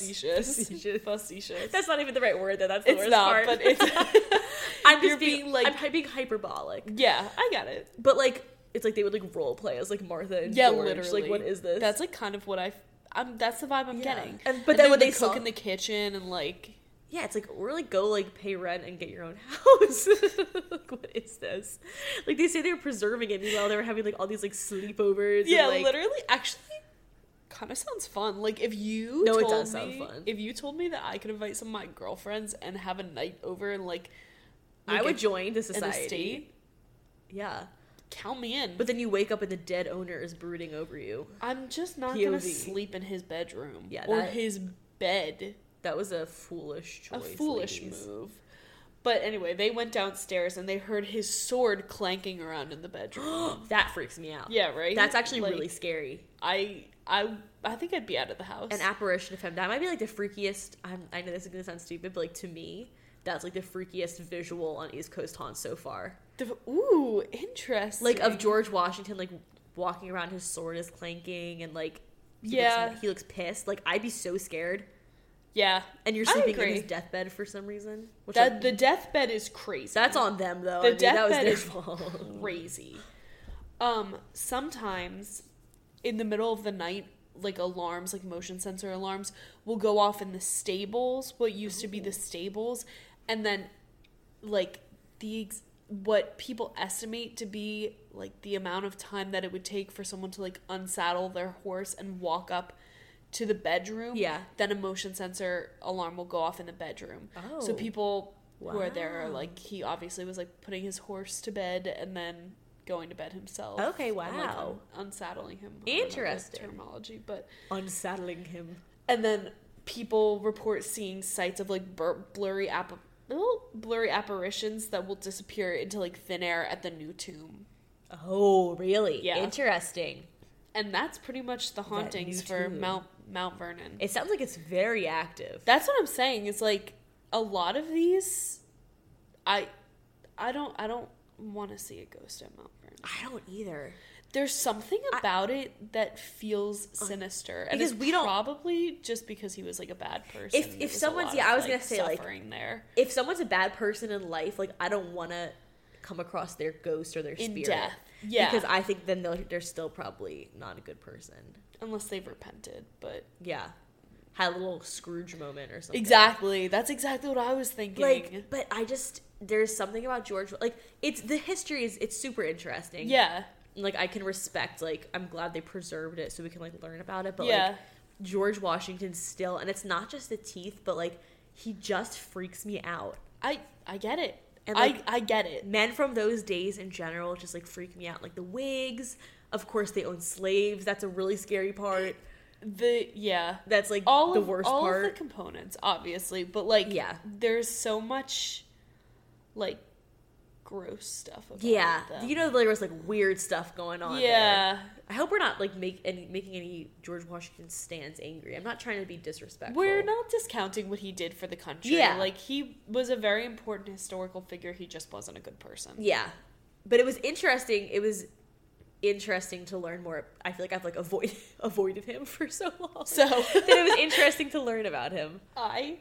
Speaker 1: <laughs> facetious.
Speaker 2: Facetious.
Speaker 1: Facetious.
Speaker 2: <laughs> That's not even the right word though. That's the
Speaker 1: it's
Speaker 2: worst
Speaker 1: not,
Speaker 2: part.
Speaker 1: but it's <laughs>
Speaker 2: <laughs> I'm
Speaker 1: you're
Speaker 2: just being,
Speaker 1: being,
Speaker 2: like
Speaker 1: like-
Speaker 2: I'm hy- being hyperbolic.
Speaker 1: yeah. I got it.
Speaker 2: But like it's like they would like role play as like Martha and
Speaker 1: Yeah,
Speaker 2: George.
Speaker 1: literally.
Speaker 2: Like what is this?
Speaker 1: That's like kind of what I. am that's the vibe I'm
Speaker 2: Yeah.
Speaker 1: getting.
Speaker 2: And- but then
Speaker 1: they
Speaker 2: when
Speaker 1: would,
Speaker 2: they
Speaker 1: like,
Speaker 2: saw-
Speaker 1: cook in the kitchen and like
Speaker 2: yeah, it's like really go like pay rent and get your own <laughs> house. like, what is this? Like they say they're preserving it, meanwhile they were having like all these like sleepovers. and,
Speaker 1: yeah,
Speaker 2: like,
Speaker 1: literally, actually, kind of sounds fun. Like if you
Speaker 2: No, it
Speaker 1: told
Speaker 2: does sound
Speaker 1: me-
Speaker 2: fun.
Speaker 1: If you told me that I could invite some of my girlfriends and have a night over and like,
Speaker 2: I
Speaker 1: like,
Speaker 2: would
Speaker 1: a-
Speaker 2: join the
Speaker 1: an
Speaker 2: society.
Speaker 1: estate,
Speaker 2: Yeah,
Speaker 1: count me in.
Speaker 2: but then you wake up and the dead owner is brooding over you.
Speaker 1: I'm just not
Speaker 2: POV.
Speaker 1: gonna sleep in his bedroom
Speaker 2: Yeah,
Speaker 1: or
Speaker 2: that-
Speaker 1: his bed.
Speaker 2: That was a foolish choice.
Speaker 1: a foolish
Speaker 2: ladies.
Speaker 1: move. But anyway, they went downstairs and they heard his sword clanking around in the bedroom.
Speaker 2: <gasps> that freaks me out.
Speaker 1: yeah, right.
Speaker 2: That's actually
Speaker 1: Like,
Speaker 2: really scary.
Speaker 1: I I I think I'd be out of the house.
Speaker 2: An apparition of him. That might be like the freakiest. I'm, I know this is gonna sound stupid, but like to me, that's like the freakiest visual on East Coast haunts so far.
Speaker 1: The- ooh, interesting.
Speaker 2: Like of George Washington, like walking around, his sword is clanking, and like he
Speaker 1: Yeah.
Speaker 2: looks, he looks pissed. Like I'd be so scared.
Speaker 1: yeah,
Speaker 2: And you're
Speaker 1: I
Speaker 2: sleeping in
Speaker 1: agree.
Speaker 2: his deathbed for some reason. Which
Speaker 1: that
Speaker 2: like,
Speaker 1: the deathbed is crazy.
Speaker 2: that's on them though.
Speaker 1: The
Speaker 2: I mean, that was
Speaker 1: deathbed
Speaker 2: their
Speaker 1: is
Speaker 2: fault. <laughs>
Speaker 1: crazy. Um, sometimes in the middle of the night, like alarms, like motion sensor alarms, will go off in the stables, what used to be the stables, and then like the ex- what people estimate to be like the amount of time that it would take for someone to like unsaddle their horse and walk up to the bedroom.
Speaker 2: Yeah.
Speaker 1: Then a motion sensor alarm will go off in the bedroom. So
Speaker 2: Oh.
Speaker 1: people who are there are
Speaker 2: Wow.
Speaker 1: like he obviously was like putting his horse to bed and then going to bed himself.
Speaker 2: Okay,
Speaker 1: and, like,
Speaker 2: wow.
Speaker 1: un- unsaddling him. I don't know the
Speaker 2: Interesting.
Speaker 1: terminology, but
Speaker 2: Unsaddling him.
Speaker 1: and then people report seeing sights of like bur- blurry app oh, blurry apparitions that will disappear into like thin air at the new tomb.
Speaker 2: Oh, really?
Speaker 1: Yeah.
Speaker 2: Interesting.
Speaker 1: And that's pretty much the hauntings
Speaker 2: new
Speaker 1: for
Speaker 2: tomb.
Speaker 1: Mount Mount Vernon.
Speaker 2: It sounds like it's very active.
Speaker 1: That's what I'm saying. It's like a lot of these I I don't I don't want to see a ghost at Mount Vernon.
Speaker 2: I don't either.
Speaker 1: There's something
Speaker 2: I- Uh,
Speaker 1: about it that feels sinister, and
Speaker 2: Because
Speaker 1: it's
Speaker 2: we don't-
Speaker 1: probably just because he was like a bad person.
Speaker 2: If-
Speaker 1: There
Speaker 2: if
Speaker 1: was a
Speaker 2: someone's-
Speaker 1: lot
Speaker 2: yeah,
Speaker 1: of,
Speaker 2: I was gonna say, like-
Speaker 1: suffering there
Speaker 2: If someone's a bad person in life, like I don't want to come across their ghost or their
Speaker 1: in
Speaker 2: spirit.
Speaker 1: death, yeah,
Speaker 2: Because I think then they're, they're still probably not a good person.
Speaker 1: unless they've repented. But
Speaker 2: Yeah. Had a little Scrooge moment or something.
Speaker 1: exactly, that's exactly what I was thinking.
Speaker 2: Like, but I just there's something about George. Like, it's the history is it's super interesting.
Speaker 1: yeah,
Speaker 2: Like I can respect. Like I'm glad they preserved it so we can like learn about it. But
Speaker 1: yeah,
Speaker 2: like George Washington still, and it's not just the teeth, but like he just freaks me out.
Speaker 1: I I get it.
Speaker 2: And, like-
Speaker 1: I I get it.
Speaker 2: Men from those days in general just like freak me out. Like the wigs. Of course, they owned slaves. That's a really scary part.
Speaker 1: The yeah,
Speaker 2: That's like
Speaker 1: all
Speaker 2: the
Speaker 1: of,
Speaker 2: worst
Speaker 1: all
Speaker 2: part.
Speaker 1: of the components, obviously, but like
Speaker 2: Yeah.
Speaker 1: there's so much like gross stuff. About
Speaker 2: yeah,
Speaker 1: them.
Speaker 2: you know there was like weird stuff going on. there.
Speaker 1: yeah.
Speaker 2: I hope we're not like make any, making any George Washington stands angry. I'm not trying to be disrespectful.
Speaker 1: We're not discounting what he did for the country.
Speaker 2: Yeah.
Speaker 1: Like he was a very important historical figure. He just wasn't a good person.
Speaker 2: Yeah, but it was interesting. It was interesting to learn more. I feel like I've like avoid <laughs> avoided him for so long.
Speaker 1: <laughs> So
Speaker 2: <laughs>
Speaker 1: <laughs>
Speaker 2: that it was interesting to learn about him.
Speaker 1: I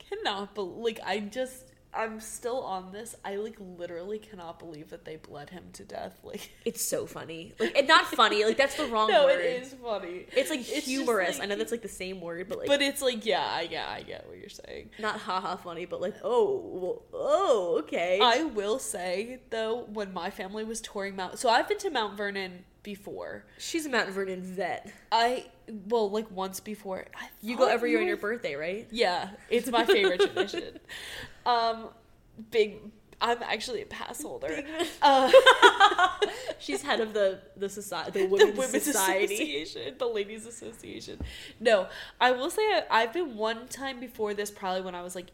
Speaker 1: cannot believe. Like I just, I'm still on this. I like literally cannot believe that they bled him to death. Like <laughs>
Speaker 2: It's so funny. Like and not funny. Like that's the wrong
Speaker 1: no,
Speaker 2: word.
Speaker 1: it is funny.
Speaker 2: It's like
Speaker 1: just,
Speaker 2: humorous.
Speaker 1: like-
Speaker 2: I know that's like the same word, but like
Speaker 1: but it's like yeah, I yeah, I get what you're saying.
Speaker 2: not haha funny, but like oh well, oh okay.
Speaker 1: I will say though, when my family was touring Mount, so I've been to Mount Vernon before.
Speaker 2: She's a Mount Vernon vet.
Speaker 1: I well, like once before. I
Speaker 2: You go
Speaker 1: thought
Speaker 2: every year on
Speaker 1: were
Speaker 2: your birthday, right?
Speaker 1: Yeah, it's my favorite
Speaker 2: <laughs>
Speaker 1: tradition. Um, big. I'm actually a pass holder.
Speaker 2: <laughs>
Speaker 1: Uh, <laughs>
Speaker 2: She's head of the the society, the
Speaker 1: the
Speaker 2: women's,
Speaker 1: Women's
Speaker 2: society.
Speaker 1: Association, the Ladies Association. No, I will say I, I've been one time before this, probably when I was like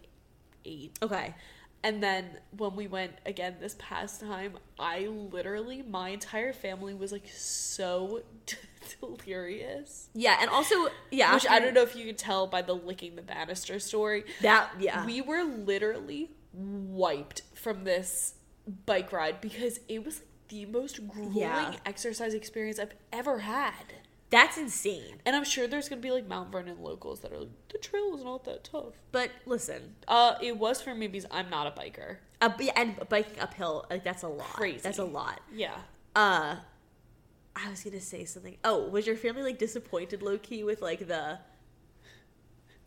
Speaker 1: eight.
Speaker 2: Okay.
Speaker 1: And then when we went again this past time, I literally, my entire family was like so <laughs> delirious.
Speaker 2: Yeah, and also yeah,
Speaker 1: Which
Speaker 2: after-
Speaker 1: I don't know if you can tell by the licking the banister story.
Speaker 2: that yeah.
Speaker 1: We were literally wiped from this bike ride because it was like the most grueling
Speaker 2: Yeah.
Speaker 1: exercise experience I've ever had.
Speaker 2: That's insane.
Speaker 1: And I'm sure there's gonna be like Mount Vernon locals that are like, the trail is not that tough.
Speaker 2: But listen,
Speaker 1: Uh, it was for me because I'm not a biker.
Speaker 2: a, b- and biking uphill like that's a lot.
Speaker 1: Crazy.
Speaker 2: That's a lot.
Speaker 1: Yeah.
Speaker 2: Uh, I was gonna say something. Oh, was your family like disappointed, low key, with like the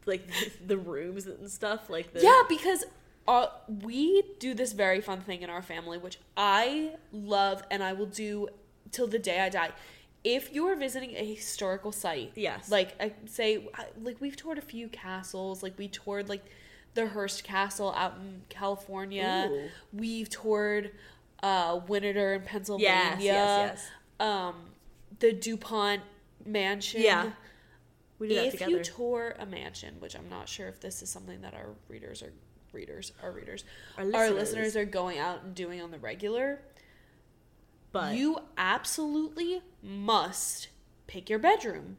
Speaker 2: like <laughs> the rooms and stuff? Like the
Speaker 1: Yeah, because uh, we do this very fun thing in our family, which I love and I will do till the day I die. If you're visiting a historical site,
Speaker 2: Yes.
Speaker 1: like I say, I- like we've toured a few castles, like we toured like the Hearst Castle out in California.
Speaker 2: Ooh.
Speaker 1: We've toured uh, Winter in Pennsylvania.
Speaker 2: yes, yes.
Speaker 1: Um, the Dupont Mansion.
Speaker 2: Yeah. We did that
Speaker 1: If
Speaker 2: together.
Speaker 1: you tour a mansion, which I'm not sure if this is something that our readers are readers, our readers,
Speaker 2: Our
Speaker 1: our
Speaker 2: listeners.
Speaker 1: listeners are going out and doing on the regular,
Speaker 2: But
Speaker 1: you absolutely must pick your bedroom.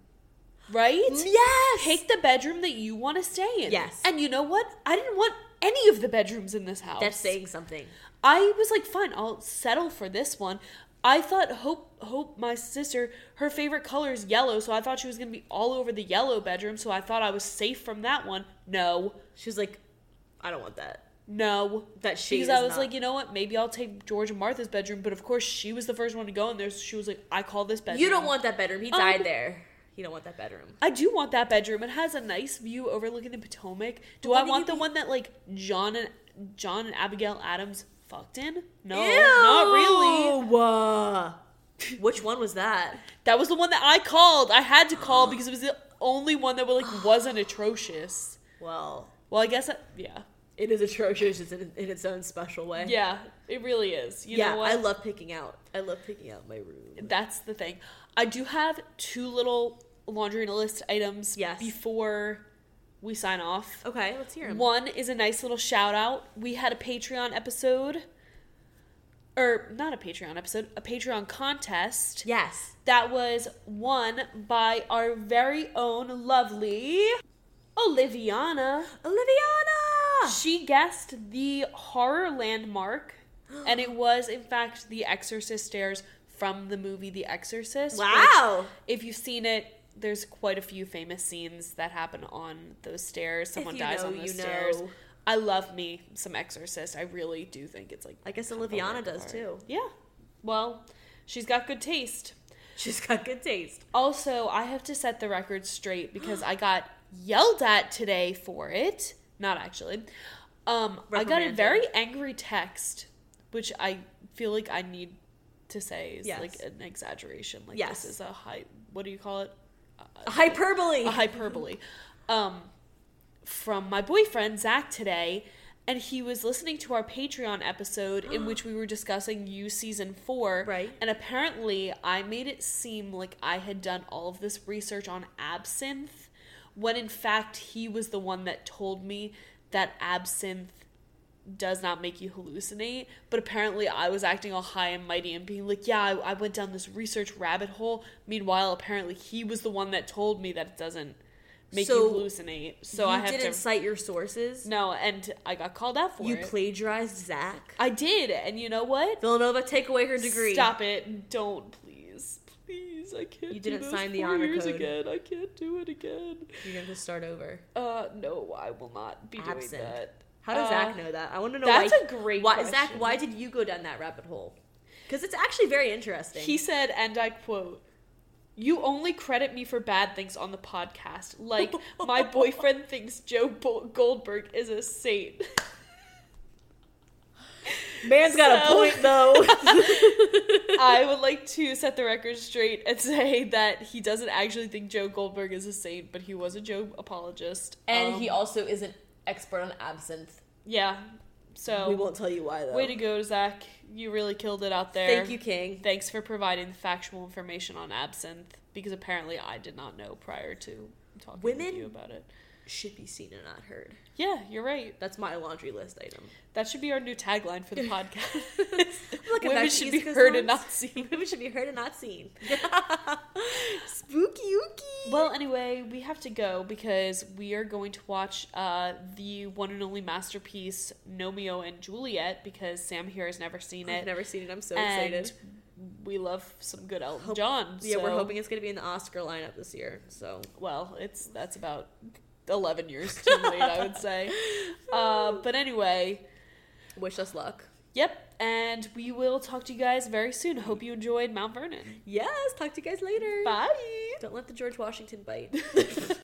Speaker 1: Right?
Speaker 2: yes,
Speaker 1: Pick the bedroom that you want to stay in.
Speaker 2: Yes.
Speaker 1: And you know what? I didn't want any of the bedrooms in this house.
Speaker 2: that's saying something.
Speaker 1: I was like, fine, I'll settle for this one. I thought Hope, Hope, my sister, her favorite color is yellow, so I thought she was gonna be all over the yellow bedroom. So I thought I was safe from that one. No,
Speaker 2: She was like, I don't want that.
Speaker 1: no,
Speaker 2: That shade
Speaker 1: because I
Speaker 2: is
Speaker 1: was
Speaker 2: not-
Speaker 1: like, you know what? Maybe I'll take George and Martha's bedroom. But of course, she was the first one to go in there. So she was like, I call this bedroom.
Speaker 2: You don't want that bedroom. He
Speaker 1: Um,
Speaker 2: died there. You don't want that bedroom.
Speaker 1: I do want that bedroom. It has a nice view overlooking the Potomac. Do
Speaker 2: why
Speaker 1: I
Speaker 2: did
Speaker 1: want
Speaker 2: you
Speaker 1: the
Speaker 2: be-
Speaker 1: one that like John and John and Abigail Adams fucked in? No,
Speaker 2: Ew.
Speaker 1: not really.
Speaker 2: Uh, <laughs> Which one was that?
Speaker 1: That was the one that I called. I had to call because it was the only one that like
Speaker 2: <sighs>
Speaker 1: wasn't atrocious.
Speaker 2: Well,
Speaker 1: Well, I guess I, yeah,
Speaker 2: it is atrocious it's in, in its own special way.
Speaker 1: yeah, it really is. You
Speaker 2: yeah,
Speaker 1: know what?
Speaker 2: I love picking out. I love picking out my room.
Speaker 1: That's the thing. I do have two little laundry list items.
Speaker 2: Yes. Oh,
Speaker 1: Before we sign off,
Speaker 2: Okay, let's hear 'em.
Speaker 1: one is a nice little shout out. We had a Patreon episode, or not a Patreon episode, a Patreon contest.
Speaker 2: Yes.
Speaker 1: that was won by our very own lovely Oliviana.
Speaker 2: Oliviana.
Speaker 1: She guessed the horror landmark, and it was, in fact, the Exorcist stairs from the movie The Exorcist. which,
Speaker 2: Wow.
Speaker 1: if you've seen it, there's quite a few famous scenes that happen on those stairs. Someone
Speaker 2: you
Speaker 1: dies
Speaker 2: know,
Speaker 1: on those
Speaker 2: you
Speaker 1: stairs.
Speaker 2: know.
Speaker 1: I love me some Exorcist. I really do think it's like
Speaker 2: I guess Oliviana does too.
Speaker 1: yeah. Well, she's got good taste.
Speaker 2: She's got good taste.
Speaker 1: Also, I have to set the record straight because I got yelled at today for it. Not actually. Um, I got a
Speaker 2: Reprimanded.
Speaker 1: very angry text, which I feel like I need to say is
Speaker 2: Yes.
Speaker 1: like an exaggeration. Like
Speaker 2: Yes.
Speaker 1: this is a high. What do you call it?
Speaker 2: Hyperbole.
Speaker 1: A hyperbole. um, from my boyfriend Zach today, and he was listening to our Patreon episode in which we were discussing you season four.
Speaker 2: Right.
Speaker 1: And apparently, I made it seem like I had done all of this research on absinthe, when in fact he was the one that told me that absinthe does not make you hallucinate. But apparently, I was acting all high and mighty and being like, "Yeah, I, I went down this research rabbit hole." Meanwhile, apparently, he was the one that told me that it doesn't make
Speaker 2: So,
Speaker 1: you hallucinate. So I
Speaker 2: you
Speaker 1: have
Speaker 2: didn't
Speaker 1: to
Speaker 2: cite your sources.
Speaker 1: no, and I got called out for
Speaker 2: you
Speaker 1: it.
Speaker 2: plagiarized Zach.
Speaker 1: I did, and you know what?
Speaker 2: Villanova, take away her degree.
Speaker 1: Stop it! Don't please, please. I can't.
Speaker 2: You
Speaker 1: do
Speaker 2: didn't
Speaker 1: those
Speaker 2: sign the
Speaker 1: four
Speaker 2: honor
Speaker 1: years
Speaker 2: code.
Speaker 1: again. I can't do it again.
Speaker 2: You're gonna have to start over.
Speaker 1: Uh, no, I will not be doing
Speaker 2: Absent.
Speaker 1: that.
Speaker 2: How does
Speaker 1: Uh,
Speaker 2: Zach know that? I want to know.
Speaker 1: that's
Speaker 2: why,
Speaker 1: a great
Speaker 2: why,
Speaker 1: question.
Speaker 2: Zach, why did you go down that rabbit hole? Because it's actually very interesting.
Speaker 1: He said, and I quote, You only credit me for bad things on the podcast. Like,
Speaker 2: <laughs>
Speaker 1: my boyfriend thinks Joe Bo- Goldberg is a saint.
Speaker 2: man's got
Speaker 1: So-
Speaker 2: a point though.
Speaker 1: I would like to set the record straight and say that he doesn't actually think Joe Goldberg is a saint, but he was a Joe apologist.
Speaker 2: and
Speaker 1: Um,
Speaker 2: he also is an expert on absinthe.
Speaker 1: Yeah.
Speaker 2: we
Speaker 1: So,
Speaker 2: won't tell you why though.
Speaker 1: way to go, Zach. You really killed it out there.
Speaker 2: Thank you, King.
Speaker 1: Thanks for providing the factual information on absinthe because apparently I did not know prior to talking with
Speaker 2: Women-
Speaker 1: you about it.
Speaker 2: Should be seen and not heard.
Speaker 1: Yeah, you're right.
Speaker 2: That's my laundry list <laughs> item.
Speaker 1: That should be our new tagline <laughs> for the podcast.
Speaker 2: Look at
Speaker 1: Women
Speaker 2: that
Speaker 1: should
Speaker 2: East
Speaker 1: be
Speaker 2: Coast
Speaker 1: heard
Speaker 2: ones.
Speaker 1: and not seen.
Speaker 2: <laughs> Women should be heard and not seen. <laughs> Spooky ooky.
Speaker 1: Well, anyway, we have to go because we are going to watch uh, the one and only masterpiece, Romeo and Juliet, because Sam here has never seen
Speaker 2: I've
Speaker 1: it.
Speaker 2: never seen it. I'm so
Speaker 1: and
Speaker 2: excited.
Speaker 1: we love some good Elton
Speaker 2: Hope-
Speaker 1: John.
Speaker 2: Yeah, we're
Speaker 1: so-
Speaker 2: hoping it's going to be in the Oscar lineup this year. So
Speaker 1: Well, it's that's about eleven years too late, I would say. <laughs> Uh, but anyway,
Speaker 2: wish us luck.
Speaker 1: yep, and we will talk to you guys very soon. Hope you enjoyed Mount Vernon.
Speaker 2: Yes, talk to you guys later.
Speaker 1: Bye.
Speaker 2: <laughs> Don't let the George Washington bite.